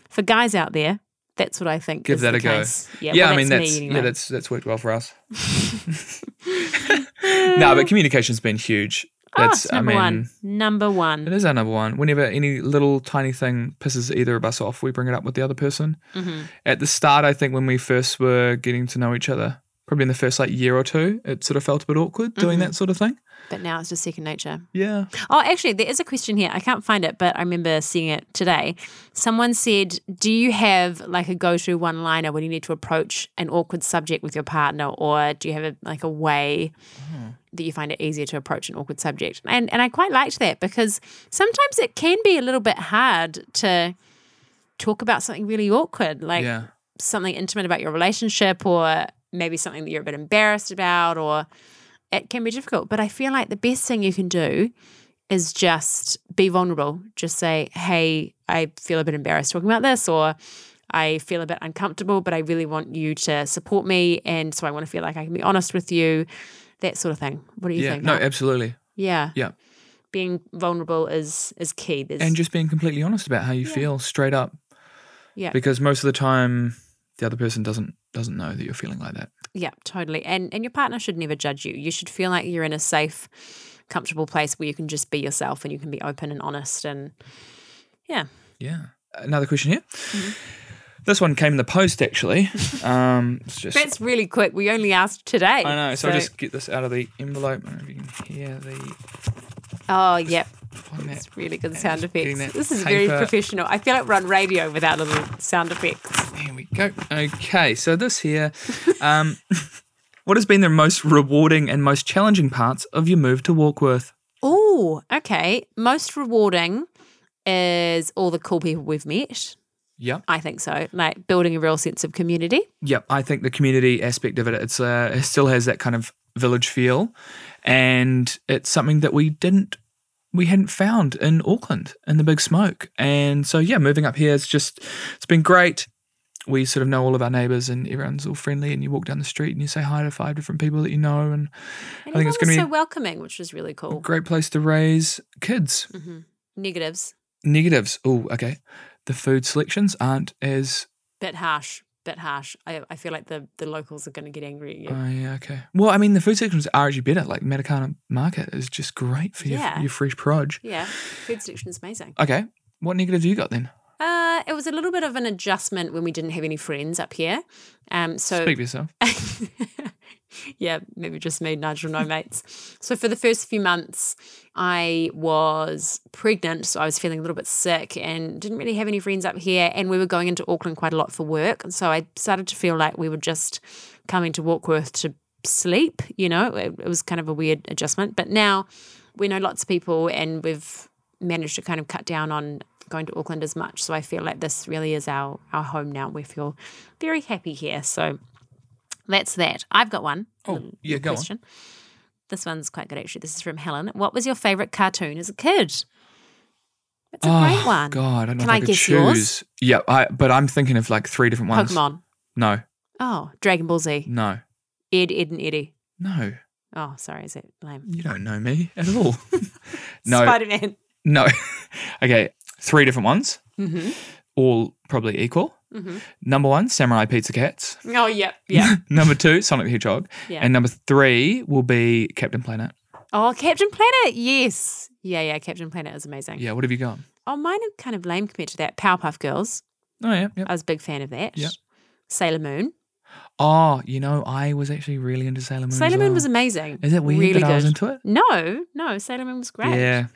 for guys out there, that's what I think. give is that the a go. case. Yeah, well, I mean that's me anyway. yeah, that's that's worked well for us. no, but communication's been huge. Oh, That's it's I number mean one. Number it one. is our number one. Whenever any little tiny thing pisses either of us off, we bring it up with the other person. Mhm. At the start, I think when we first were getting to know each other, probably in the first like year or two, it sort of felt a bit awkward doing Mm-hmm. that sort of thing. But now it's just second nature. Yeah. Oh, actually, there is a question here. I can't find it, but I remember seeing it today. Someone said, Do you have like a go to one liner when you need to approach an awkward subject with your partner? Or do you have a, like a way that you find it easier to approach an awkward subject? And, and I quite liked that because sometimes it can be a little bit hard to talk about something really awkward, like yeah. something intimate about your relationship or maybe something that you're a bit embarrassed about or it can be difficult but i feel like the best thing you can do is just be vulnerable just say hey i feel a bit embarrassed talking about this or i feel a bit uncomfortable but i really want you to support me and so i want to feel like i can be honest with you that sort of thing what do you Yeah. think No, Mark? absolutely. yeah yeah. being vulnerable is is key There's, And just being completely honest about how you feel straight up. Yeah. Because most of the time the other person doesn't doesn't know that you're feeling like that. Yeah, totally. And and your partner should never judge you. You should feel like you're in a safe, comfortable place where you can just be yourself and you can be open and honest and yeah. Yeah. Another question here. This one came in the post actually. Um it's just That's really quick. We only asked today. I know, so, I'll just get this out of the envelope. I don't know if you can hear the Oh yep. format. It's really good sound just getting effects. that This is very paper. professional. I feel like we're on radio without little sound effects. Here we go. Okay, so this here. Um, what has been the most rewarding and most challenging parts of your move to Walkworth? Oh, okay. Most rewarding is all the cool people we've met. Yep. I think so. Like building a real sense of community. Yep. I think the community aspect of it, it's uh, it still has that kind of village feel, and it's something that we didn't, we hadn't found in Auckland in the big smoke. And so yeah, moving up here, it's just, it's been great. We sort of know all of our neighbours, and everyone's all friendly. And you walk down the street and you say hi to five different people that you know, and And I think everyone it's was going to so be welcoming, which was really a cool. Mm-hmm, great place to raise kids. Negatives. Negatives. Oh, okay. The food selections aren't as. bit harsh bit harsh i, I feel like the, the locals are going to get angry at you Oh, yeah, okay. Well, I mean, the food selections are actually better. Like, Matakana Market is just great for your, Yeah. your fresh produce. yeah food selection is amazing Okay. What negatives you got then? uh, it was a little bit of an adjustment when we didn't have any friends up here um, so Speak for yourself. yeah, maybe just me, Nigel, no mates. So for the first few months, I was pregnant, so I was feeling a little bit sick and didn't really have any friends up here. And we were going into Auckland quite a lot for work, and so I started to feel like we were just coming to Walkworth to sleep. You know, it, it was kind of a weird adjustment. But now we know lots of people, and we've managed to kind of cut down on going to Auckland as much. So I feel like this really is our our home now. We feel very happy here. So that's that. I've got one. Oh, yeah, go on. question. This one's quite good actually. This is from Helen. What was your favorite cartoon as a kid? It's a great one. Ah, God, I don't know Can if I, I could guess yours? choose. Yeah, I, but I'm thinking of like three different ones. Pokemon. No, Oh, Dragon Ball Z. no, Ed, Ed, and Eddie. no. Oh, sorry, is it lame? You don't know me at all. no, Spider Man. no. okay, three different ones, hmm all probably equal. hmm Number one, Samurai Pizza Cats. Oh, yep, yeah. number two, Sonic the Hedgehog. Yeah. And number three will be Captain Planet. oh, Captain Planet. Yes. Yeah, yeah. Captain Planet is amazing. Yeah, what have you got? Oh, mine are kind of lame compared to that. Powerpuff Girls. Oh, yeah. yeah. I was a big fan of that. Yep. Sailor Moon. Oh, you know, I was actually really into Sailor Moon. Sailor Moon was a. amazing. Is it weird really that I was good. into it? No, no, Sailor Moon was great. Yeah.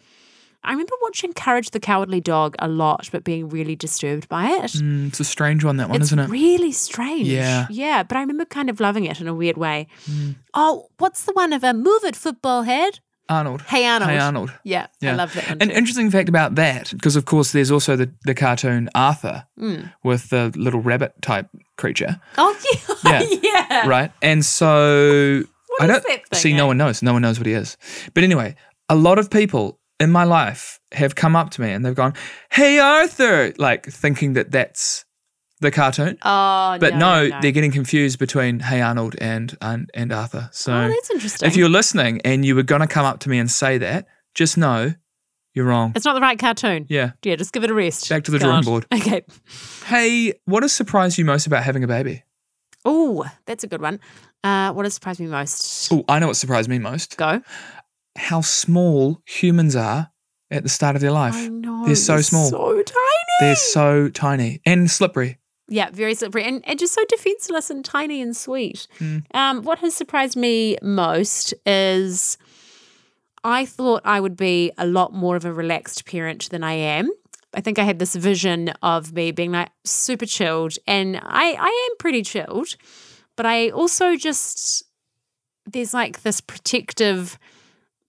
I remember watching Courage the Cowardly Dog a lot, but being really disturbed by it. Mm, it's a strange one, that one, it's isn't it? really strange. Yeah. Mm. Yeah, but I remember kind of loving it in a weird way. Oh, what's the one of a move it football head? Arnold. Hey Arnold. Hey Arnold. Yeah, I Yeah. love that one. An too. interesting fact about that, because of course there's also the, the cartoon Arthur Hmm. with the little rabbit type creature, oh yeah. Yeah. yeah. right? And so I is don't that thing, see. No eh? one knows. No one knows what he is. But anyway, a lot of people in my life have come up to me and they've gone, "Hey Arthur," like thinking that that's the cartoon. Oh But no, no, they're getting confused between Hey Arnold and and, and Arthur. So Oh, that's interesting. if you're listening and you were gonna come up to me and say that, just know you're wrong. it's not the right cartoon. Yeah. Yeah, just give it a rest. Back to the drawing God. board. Okay. Hey, what has surprised you most about having a baby? Oh, that's a good one. Uh, what has surprised me most? Oh, I know what surprised me most. Go. How small humans are at the start of their life. I know. They're so you're small. So tiny. They're so tiny and slippery. Yeah, very slippery and, and just so defenseless and tiny and sweet. Um, what has surprised me most is I thought I would be a lot more of a relaxed parent than I am. I think I had this vision of me being like super chilled, and I, I am pretty chilled, but I also just, there's like this protective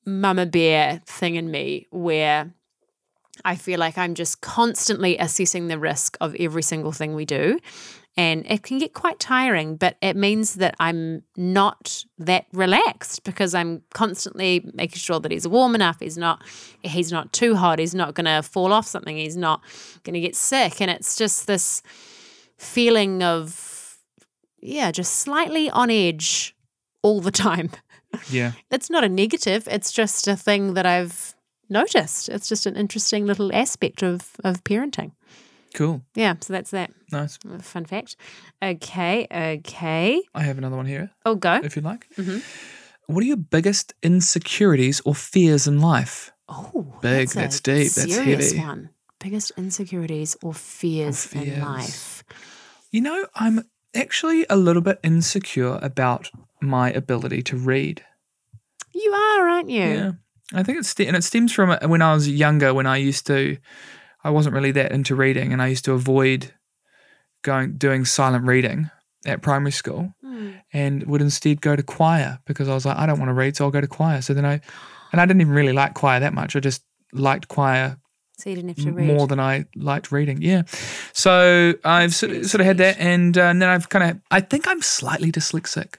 mama bear thing in me where I feel like I'm just constantly assessing the risk of every single thing we do. And it can get quite tiring, but it means that I'm not that relaxed because I'm constantly making sure that he's warm enough, he's not he's not too hot, he's not gonna fall off something, he's not gonna get sick. And it's just this feeling of yeah, just slightly on edge all the time. Yeah. It's not a negative. It's just a thing that I've noticed. It's just an interesting little aspect of of parenting. Cool. Yeah, so that's that. Nice. Fun fact. Okay, okay. I have another one here Oh, go. if you'd like. Mhm. What are your biggest insecurities or fears in life? Oh, Big, that's deep, that's serious heavy. One. Biggest insecurities or fears, in fears. life. You know, I'm actually a little bit insecure about my ability to read. You are, aren't you? Yeah. I think it's and it stems from uh, when I was younger when I used to I wasn't really that into reading and I used to avoid going doing silent reading at primary school Hmm. and would instead go to choir because I was like I don't want to read so I'll go to choir. So then I and I didn't even really like choir that much. I just liked choir So you didn't have to read. more than I liked reading. Yeah. So I've sort of, sort of had that and, uh, and then I've kind of I think I'm slightly dyslexic.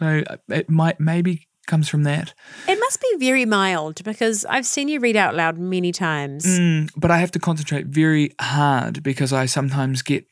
So uh, it might maybe comes from that. it must be very mild because I've seen you read out loud many times. Mm, but I have to concentrate very hard because I sometimes get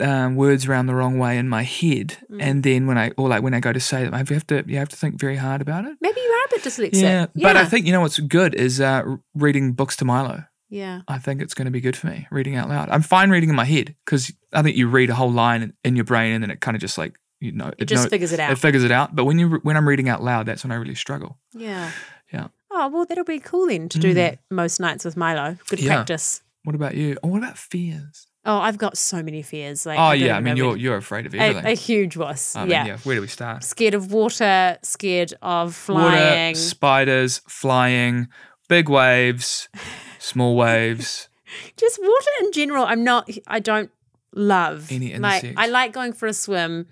um, words around the wrong way in my head, Mm. and then when I or like when I go to say them, I have to you have to think very hard about it. Maybe you are a bit dyslexic. Yeah, but I think you know what's good is uh, reading books to Milo. yeah. I think it's going to be good for me reading out loud. I'm fine reading in my head because I think you read a whole line in, in your brain and then it kind of just like you know It just know- figures it out. it figures it out. But when you when I'm reading out loud, that's when I really struggle. Yeah. Yeah. Oh, well, that'll be cool then to do Mm. that most nights with Milo. Good Yeah. practice. What about you? Or what about fears? Oh, I've got so many fears. Like, Oh don't yeah, I even mean know you're where- you're afraid of a, everything. a huge was. I mean, yeah. yeah. Where do we start? Scared of water, scared of Water, flying. spiders, flying, big waves, small waves. Just water in general. I'm not, I don't love. Any like, insects. I like going for a swim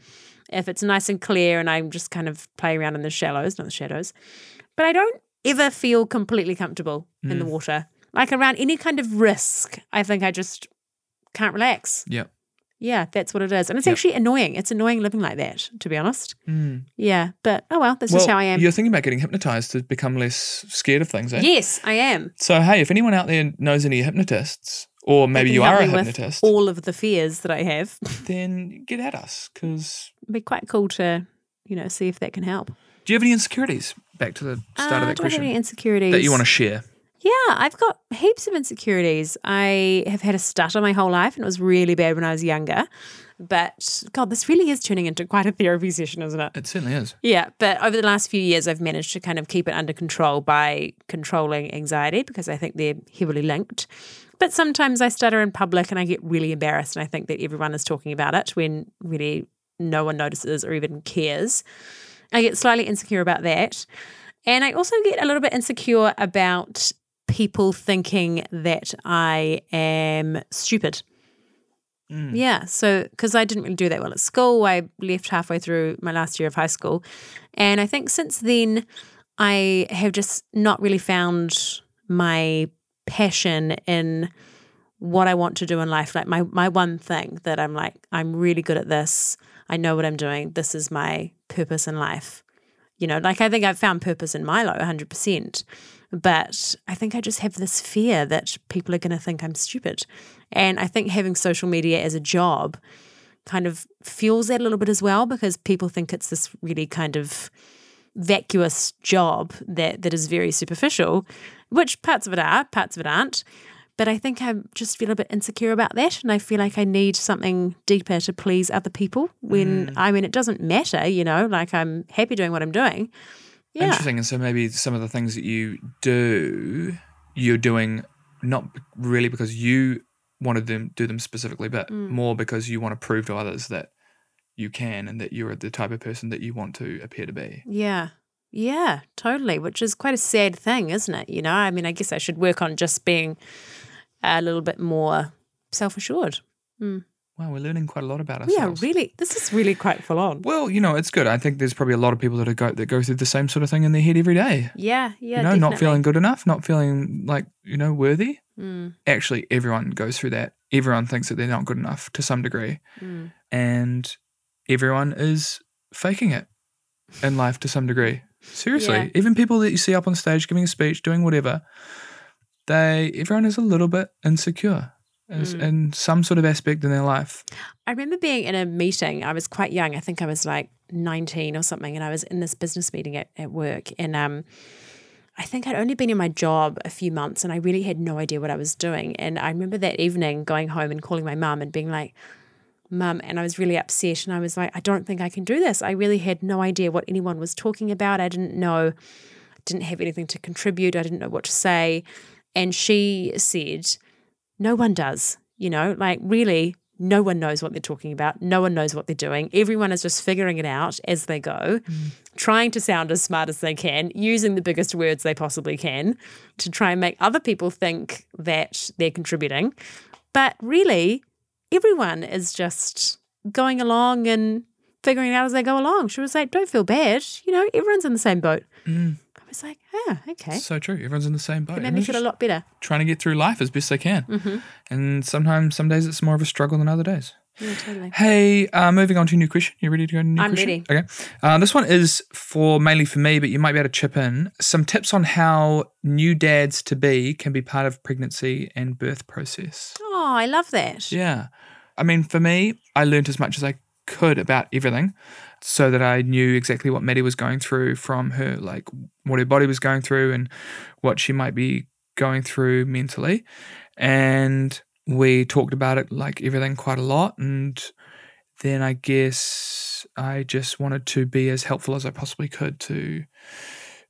if it's nice and clear and I'm just kind of playing around in the shallows, not the shadows. But I don't ever feel completely comfortable in Mm. the water. Like around any kind of risk, I think I just can't relax. yeah. Yeah, that's what it is. And it's Yep. actually annoying. It's annoying living like that, to be honest. Mm. Yeah, but oh well, that's just Hmm. how I am. You're thinking about getting hypnotized to become less scared of things, eh? Yes, I am. So hey, if anyone out there knows any hypnotists, or They maybe can you help are a me with hypnotist, All of the fears that I have. then get at us. Because It'd be quite cool to, you know, see if that can help. do you have any insecurities? Back to the start Uh, of that do I have any question insecurities that you want to share. Yeah, I've got heaps of insecurities. I have had a stutter my whole life, and it was really bad when I was younger. But God, this really is turning into quite a therapy session, isn't it? It certainly is. Yeah, but over the last few years, I've managed to kind of keep it under control by controlling anxiety because I think they're heavily linked. But sometimes I stutter in public and I get really embarrassed, and I think that everyone is talking about it when really no one notices or even cares. I get slightly insecure about that. And I also get a little bit insecure about people thinking that I am stupid. Mm. Yeah. So, because I didn't really do that well at school, I left halfway through my last year of high school. And I think since then, I have just not really found my passion in what I want to do in life. Like, my, my one thing that I'm like, I'm really good at this. I know what I'm doing. This is my purpose in life. You know, like I think I've found purpose in Milo 100%. But I think I just have this fear that people are going to think I'm stupid. And I think having social media as a job kind of fuels that a little bit as well because people think it's this really kind of vacuous job that that is very superficial, which parts of it are, parts of it aren't. But I think I just feel a bit insecure about that, and I feel like I need something deeper to please other people. When I mean, it doesn't matter, you know. Like I'm happy doing what I'm doing. Yeah, Interesting. And so maybe some of the things that you do, you're doing not really because you wanted them do them specifically, but Mm. more because you want to prove to others that you can and that you're the type of person that you want to appear to be. Yeah. Yeah, totally, which is quite a sad thing, isn't it? You know, I mean, I guess I should work on just being a little bit more self assured. Wow, we're learning quite a lot about Yeah, ourselves. really. This is really quite full on. Well, you know, it's good. I think there's probably a lot of people that are go that go through the same sort of thing in their head every day. Yeah, yeah. you know, definitely. not feeling good enough, not feeling like, you know, worthy. Mm, Actually, everyone goes through that. Everyone thinks that they're not good enough to some degree. mm. And everyone is faking it in life to some degree. Seriously. Yeah. Even people that you see up on stage giving a speech, doing whatever, they everyone is a little bit insecure Hmm. is- in some sort of aspect in their life. I remember being in a meeting. I was quite young. I think I was like 19 or something. And I was in this business meeting at, at work. And um, I think I'd only been in my job a few months and I really had no idea what I was doing. And I remember that evening going home and calling my mum and being like, Mum, and I was really upset. And I was like, I don't think I can do this. I really had no idea what anyone was talking about. I didn't know didn't have anything to contribute. I didn't know what to say. And she said, No one does. You know, like really, no one knows what they're talking about. No one knows what they're doing. Everyone is just figuring it out as they go, trying to sound as smart as they can, using the biggest words they possibly can to try and make other people think that they're contributing. But really, everyone is just going along and figuring it out as they go along. She was like, Don't feel bad. You know, everyone's in the same boat. I was like, ah, okay. So true. Everyone's in the same boat. Made me Everyone's feel a just lot better. trying to get through life as best they can. Mm-hmm. And sometimes some days it's more of a struggle than other days. Yeah, totally. Hey, uh, moving on to a new question. You ready to go to a new I'm question? ready. Okay. Uh, this one is for mainly for me, but you might be able to chip in some tips on how new dads to be can be part of pregnancy and birth process. Oh, I love that. Yeah. I mean, for me, I learnt as much as I could about everything so that I knew exactly what Maddie was going through from her, like what her body was going through and what she might be going through mentally. And we talked about it, like everything, quite a lot. And then I guess I just wanted to be as helpful as I possibly could to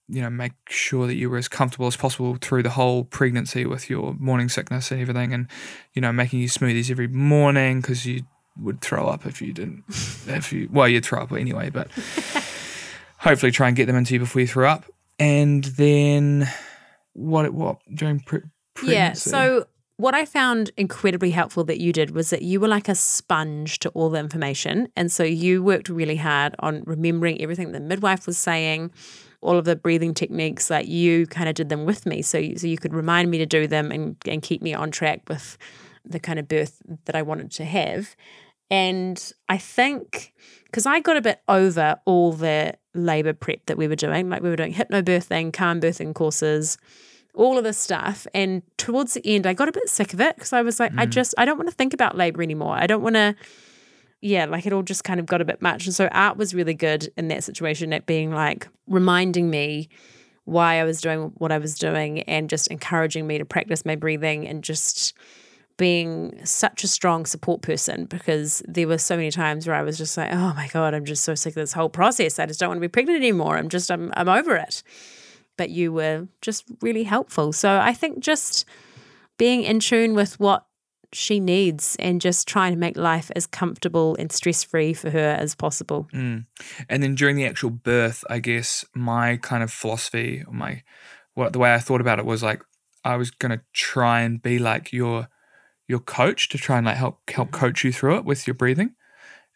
you know, make sure that you were as comfortable as possible through the whole pregnancy with your morning sickness and everything, and you know, making you smoothies every morning because you would throw up if you didn't. if you well, you'd throw up anyway, but hopefully try and get them into you before you throw up. And then what? What during pre- pregnancy? Yeah. So, what I found incredibly helpful that you did was that you were like a sponge to all the information. And so, you worked really hard on remembering everything the midwife was saying, all of the breathing techniques, like you kind of did them with me. So, you, so you could remind me to do them and, and keep me on track with the kind of birth that I wanted to have. And I think because I got a bit over all the labor prep that we were doing, like we were doing hypnobirthing, calm birthing courses, all of this stuff. And towards the end, I got a bit sick of it because I was like, I just, I don't want to think about labor anymore. I don't want to, yeah, like it all just kind of got a bit much. And so art was really good in that situation at being like reminding me why I was doing what I was doing and just encouraging me to practice my breathing and just being such a strong support person because there were so many times where I was just like, oh my God, I'm just so sick of this whole process. I just don't want to be pregnant anymore. I'm just, I'm, I'm over it. But you were just really helpful. So I think just being in tune with what she needs and just trying to make life as comfortable and stress free for her as possible. Mm. And then during the actual birth, I guess my kind of philosophy, or my what the way I thought about it was like I was gonna try and be like your your coach to try and like help help coach you through it with your breathing,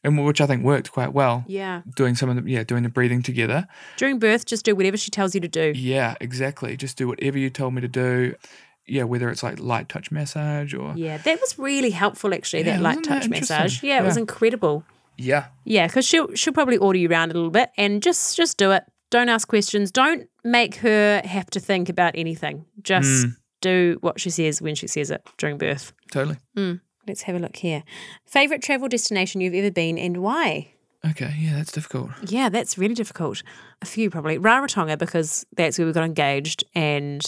and which I think worked quite well. Yeah. Doing some of the yeah, doing the breathing together. During birth, just do whatever she tells you to do. Yeah, exactly. Just do whatever you told me to do. Yeah, whether it's like light touch massage or yeah, Yeah, that was really helpful actually, Yeah, that light wasn't that touch massage. interesting? Yeah, it was Yeah. incredible. yeah, Yeah, because she'll she'll probably order you around a little bit and just just do it. Don't ask questions. Don't make her have to think about anything. Just Hmm. do what she says when she says it during birth. totally. Let's have a look here. Favorite travel destination you've ever been and why? Okay, yeah, that's difficult. Yeah, that's really difficult. A few probably. Rarotonga because that's where we got engaged and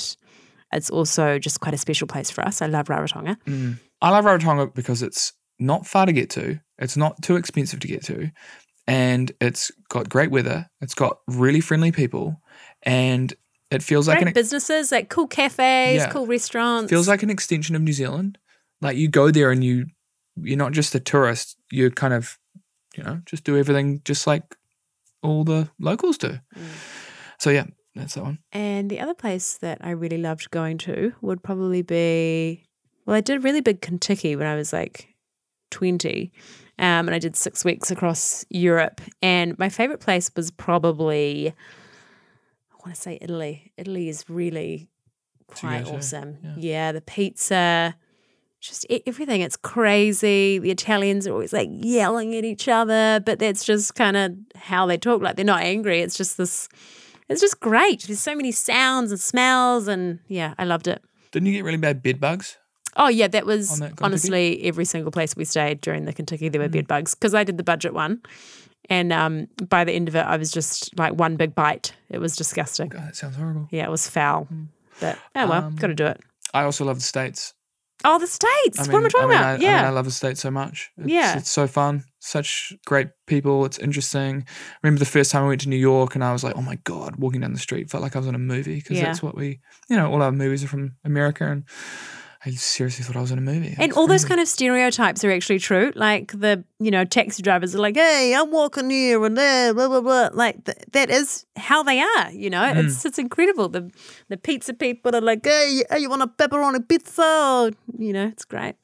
it's also just quite a special place for us. I love Rarotonga. Mm. I love Rarotonga because it's not far to get to. It's not too expensive to get to, and it's got great weather. It's got really friendly people, and it feels like Great an businesses, like cool cafes, Yeah. cool restaurants. feels like an extension of New Zealand. Like you go there and you you're not just a tourist. You kind of you know just do everything just like all the locals do. So yeah, that's that one. And the other place that I really loved going to would probably be well, I did a really big Kentucky when I was like 20. Um, and I did six weeks across Europe. And my favorite place was probably, I want to say Italy. Italy is really quite Together, awesome. yeah. Yeah. the pizza, just e- everything. It's crazy. The Italians are always like yelling at each other, but that's just kind of how they talk. Like they're not angry. It's just this. It's just great. There's so many sounds and smells, and yeah, I loved it. Didn't you get really bad bed bugs? Oh yeah, that was On that Kentucky? Hmm. honestly every single place we stayed during the Kentucky there were bed bugs because I did the budget one, and um, by the end of it I was just like one big bite. It was disgusting. God, that sounds horrible. Yeah, it was foul, but oh well, Hmm. Um, got to do it. I also love the states. Oh, the states. what am I talking mean, about? I, yeah, I mean, I love the state so much. It's, Yeah. it's so fun. Such great people. It's interesting. I remember the first time I went to New York, and I was like, "Oh my god!" Walking down the street felt like I was in a movie because Yeah. that's what we, you know, all our movies are from America, and I seriously thought I was in a movie. and all those kind of stereotypes are actually true. Like the you know taxi drivers are like, "Hey, I'm walking here," and there, blah blah blah. Like th- that is how they are. You Hmm. know, it's it's incredible. The the pizza people are like, "Hey, hey, you want a pepperoni pizza?" You know, it's great.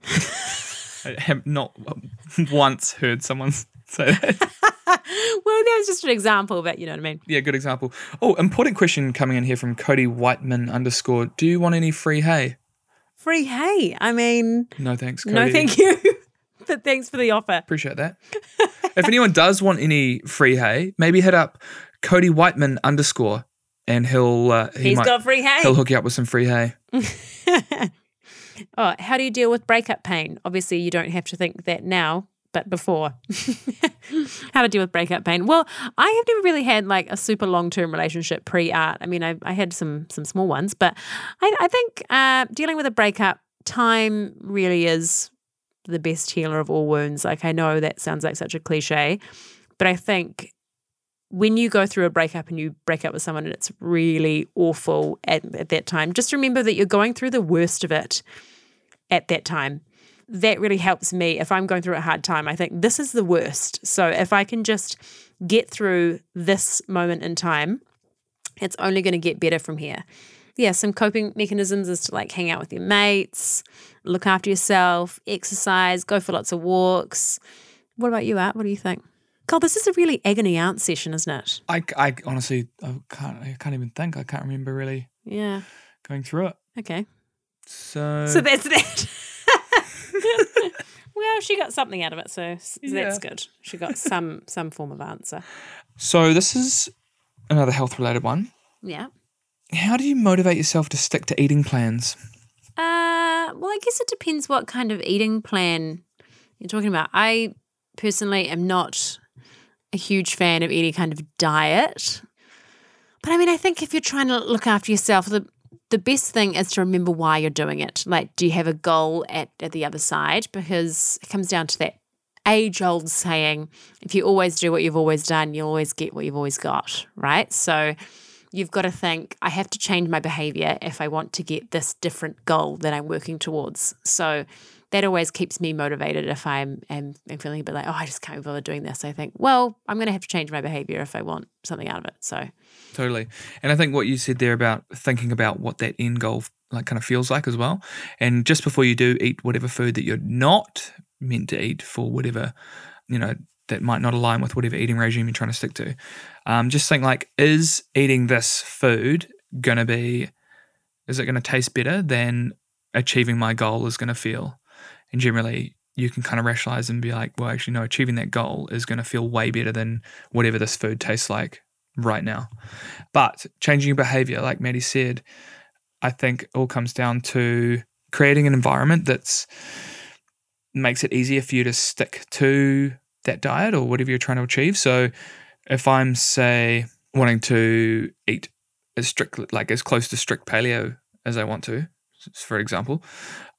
I have not once heard someone say that. Well, that was just an example, but you know what I mean. yeah, good example. Oh, important question coming in here from Cody Whiteman underscore. Do you want any free hay? Free hey, I mean, No thanks, Cody. no, thank you. But thanks for the offer. Appreciate that. if anyone does want any free hay, maybe hit up Cody Whiteman underscore and he'll uh, he He's might, got free hay. he'll hook you up with some free hay. Oh, how do you deal with breakup pain? Obviously, you don't have to think that now, but before. how to deal with breakup pain? Well, I have never really had like a super long term relationship pre art. I mean, I, I had some some small ones, but I, I think uh, dealing with a breakup, time really is the best healer of all wounds. Like, I know that sounds like such a cliche, but I think when you go through a breakup and you break up with someone and it's really awful at, at that time, just remember that you're going through the worst of it at that time. That really helps me if I'm going through a hard time. I think this is the worst. So if I can just get through this moment in time, it's only going to get better from here. Yeah, some coping mechanisms is to like hang out with your mates, look after yourself, exercise, go for lots of walks. What about you, Art? What do you think? God, this is a really agony aunt session, isn't it? I, I honestly I can't I can't even think. I can't remember really Yeah. going through it. Okay. So, So that's that. well, she got something out of it, so s- that's good. She got some some form of answer. so this is another health related one. Yeah. How do you motivate yourself to stick to eating plans? Uh, well, I guess it depends what kind of eating plan you're talking about. I personally am not a huge fan of any kind of diet, but I mean, I think if you're trying to look after yourself, the the best thing is to remember why you're doing it. Like, do you have a goal at, at the other side? Because it comes down to that age old saying if you always do what you've always done, you'll always get what you've always got, right? So, you've got to think I have to change my behavior if I want to get this different goal that I'm working towards. So that always keeps me motivated if I'm am, am feeling a bit like, oh, I just can't be bothered doing this. I think, well, I'm going to have to change my behavior if I want something out of it. So, Totally. And I think what you said there about thinking about what that end goal like kind of feels like as well. And just before you do eat whatever food that you're not meant to eat for whatever, you know, that might not align with whatever eating regime you're trying to stick to. Um, just think like, is eating this food gonna be is it gonna taste better than achieving my goal is gonna feel? And generally you can kind of rationalize and be like, well, actually, no, achieving that goal is going to feel way better than whatever this food tastes like right now. But changing your behavior, like Maddie said, I think all comes down to creating an environment that's makes it easier for you to stick to that diet or whatever you're trying to achieve. So if I'm say wanting to eat as strict like as close to strict paleo as I want to, s- for example,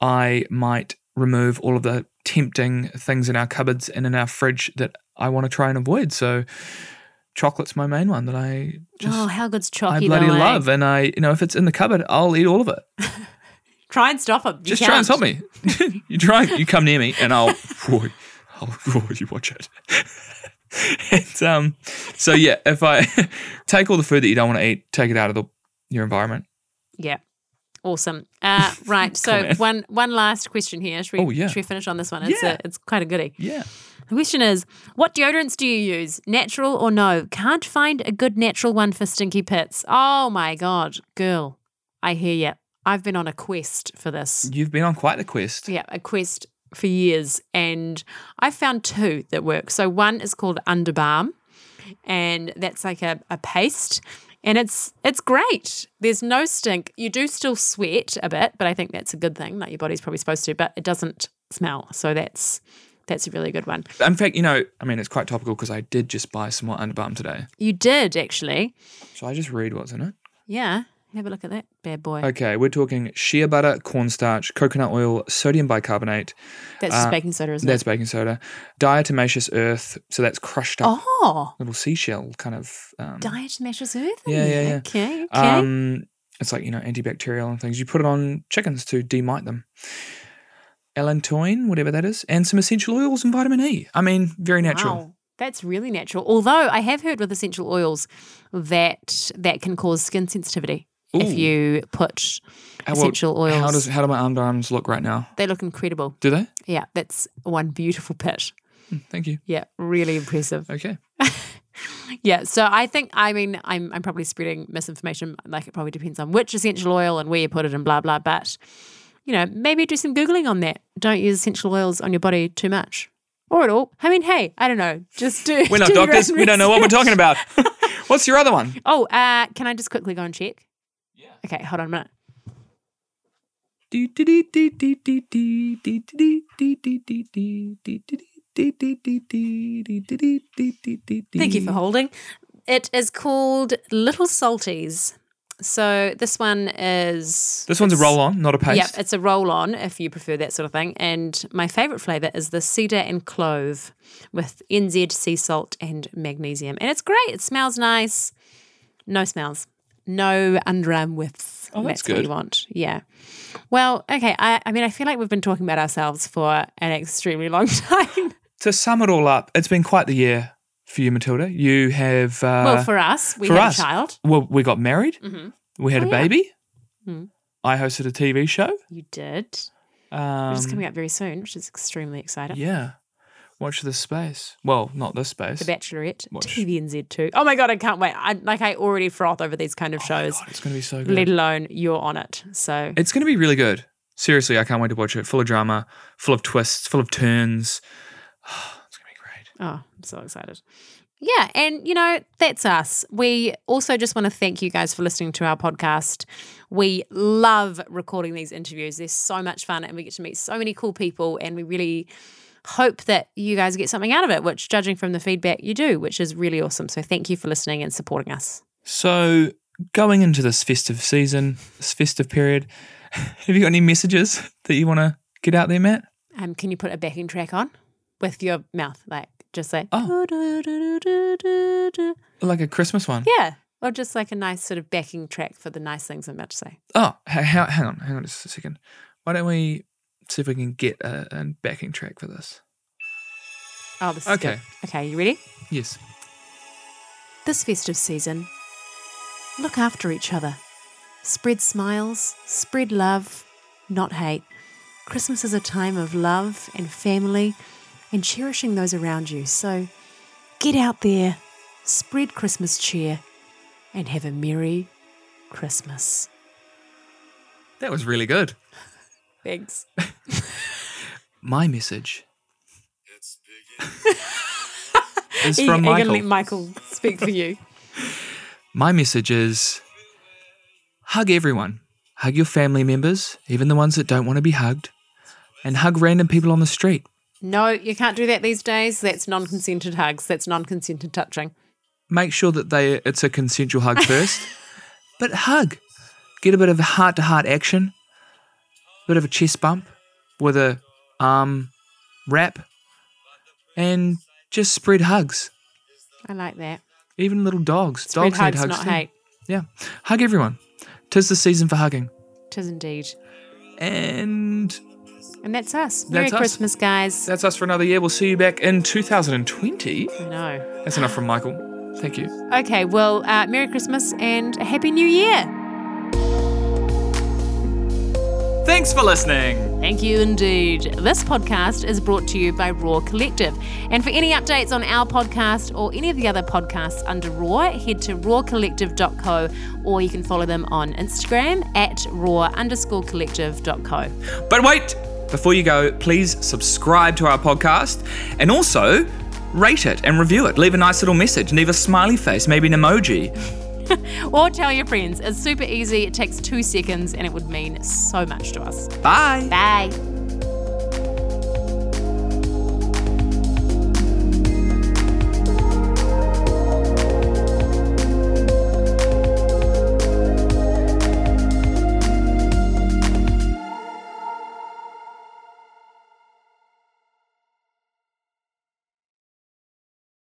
I might remove all of the tempting things in our cupboards and in our fridge that I want to try and avoid. So chocolate's my main one that I just oh, how good's I chalky bloody though, eh? love, and I, you know, if it's in the cupboard, I'll eat all of it. Try and stop them. Just try and stop me. you try, you come near me, and I'll, whoa, I'll, whoa, you watch it. and um, so yeah, if I take all the food that you don't want to eat, take it out of the your environment. Yeah. Awesome. Uh, right. So man. one one last question here. Should we, Oh, yeah. should we finish on this one? It's Yeah. a, it's quite a goodie. Yeah, The question is, what deodorants do you use? Natural or no? Can't find a good natural one for stinky pits. Oh my god, girl. I hear you. I've been on a quest for this. you've been on quite a quest. Yeah, a quest for years and I found two that work. So one is called Underbalm and that's like a, a paste and it's it's great there's no stink you do still sweat a bit but i think that's a good thing like your body's probably supposed to but it doesn't smell so that's that's a really good one In fact, you know, I mean, it's quite topical because I did just buy some more underbarm today. you did actually So I just read what's in it. yeah have a look at that bad boy Okay, we're talking shea butter, cornstarch, coconut oil, sodium bicarbonate, that's just baking soda isn't uh, that's it baking soda, diatomaceous earth, so that's crushed up oh little seashell kind of um, diet matches earth in Yeah, yeah, there. yeah. okay okay um it's like you know antibacterial and things you put it on chickens to demite them allantoin whatever that is and some essential oils and vitamin e i mean very natural Wow. That's really natural. Although I have heard with essential oils that that can cause skin sensitivity Ooh. if you put How- well, essential oils. how does how do my underarms look right now they look incredible. do they Yeah, that's one beautiful pit. thank you Yeah, really impressive. okay Yeah, so I think I mean I'm I'm probably spreading misinformation. Like it probably depends on which essential oil and where you put it and blah blah. But you know maybe do some googling on that. Don't use essential oils on your body too much or at all. I mean, hey, I don't know. Just do. we're not do your doctors own we don't know what we're research. talking about what's your other one Oh, uh, can I just quickly go and check? Yeah. Okay, hold on a minute. Thank thank you for holding. It is called Little Salties. So this one is. this one's a it's- roll on not a paste Yep, it's a roll on if you prefer that sort of thing. And my favorite flavor is the cedar and clove with NZ sea salt and magnesium. And it's great. It smells nice. No smells. No underarm whiffs. Oh, that's what good. you want. Yeah. Well, okay. I, I mean, I feel like we've been talking about ourselves for an extremely long time. to sum it all up, it's been quite the year for you, Matilda. You have uh, well, for us, we for had us. a child. well, we got married. Mhm. We had Oh, a yeah. baby. Mm. I hosted a TV show, You did. um, which is coming up very soon, which is extremely exciting. Yeah, watch this space. Well, not this space. The Bachelorette, Watch. TVNZ2. Oh my god, I can't wait! I like I already froth over these kind of shows, Oh God, it's going to be so good. let alone you're on it. So It's going to be really good. Seriously, I can't wait to watch it. Full of drama, full of twists, full of turns. it's going to be great. Oh, I'm so excited. Yeah, and you know, that's us. We also just want to thank you guys for listening to our podcast. We love recording these interviews. They're so much fun and we get to meet so many cool people and we really hope that you guys get something out of it, which judging from the feedback you do, which is really awesome. So thank you for listening and supporting us. So, going into this festive season, this festive period, have you got any messages that you want to get out there, Matt? Um, can you put a backing track on with your mouth? Like just like Oh. "Do-do-do-do-do-do-do." Like a Christmas one? Yeah. Or just like a nice sort of backing track for the nice things I'm about to say. Oh, h- how, hang on, hang on just a second. Why don't we see if we can get a, a backing track for this. Oh, this is Okay. good. Okay, you ready? Yes. This festive season, look after each other. Spread smiles, spread love, not hate. Christmas is a time of love and family and cherishing those around you. So get out there, spread Christmas cheer, and have a merry Christmas. That was really good. Thanks. My message is Are from you, are you Michael. gonna let E- Michael speak for you? My message is hug everyone. Hug your family members, even the ones that don't want to be hugged, and hug random people on the street. No, you can't do that these days. That's non consented hugs. That's non consented touching. Make sure that they it's a consensual hug first, but hug. Get a bit of heart to heart action, a bit of a chest bump with a arm wrap, and just spread hugs. I like that. Even little dogs. Spread dogs hugs, need hugs not too. hate. Yeah. Hug everyone. Tis the season for hugging. Tis indeed. And And that's us. Merry That's us. Christmas, guys. that's us for another year. We'll see you back in 2020. I know. That's enough from Michael. Thank you. Okay, well, uh, Merry Christmas and a Happy New Year. Thanks for listening. Thank you indeed. This podcast is brought to you by Raw Collective. And for any updates on our podcast or any of the other podcasts under Raw, head to rawcollective.co or you can follow them on Instagram at raw underscore collective.co. But wait, before you go, please subscribe to our podcast and also rate it and review it. Leave a nice little message. Leave a smiley face, maybe an emoji. Or tell your friends. It's super easy, it takes two seconds, and it would mean so much to us. Bye. Bye.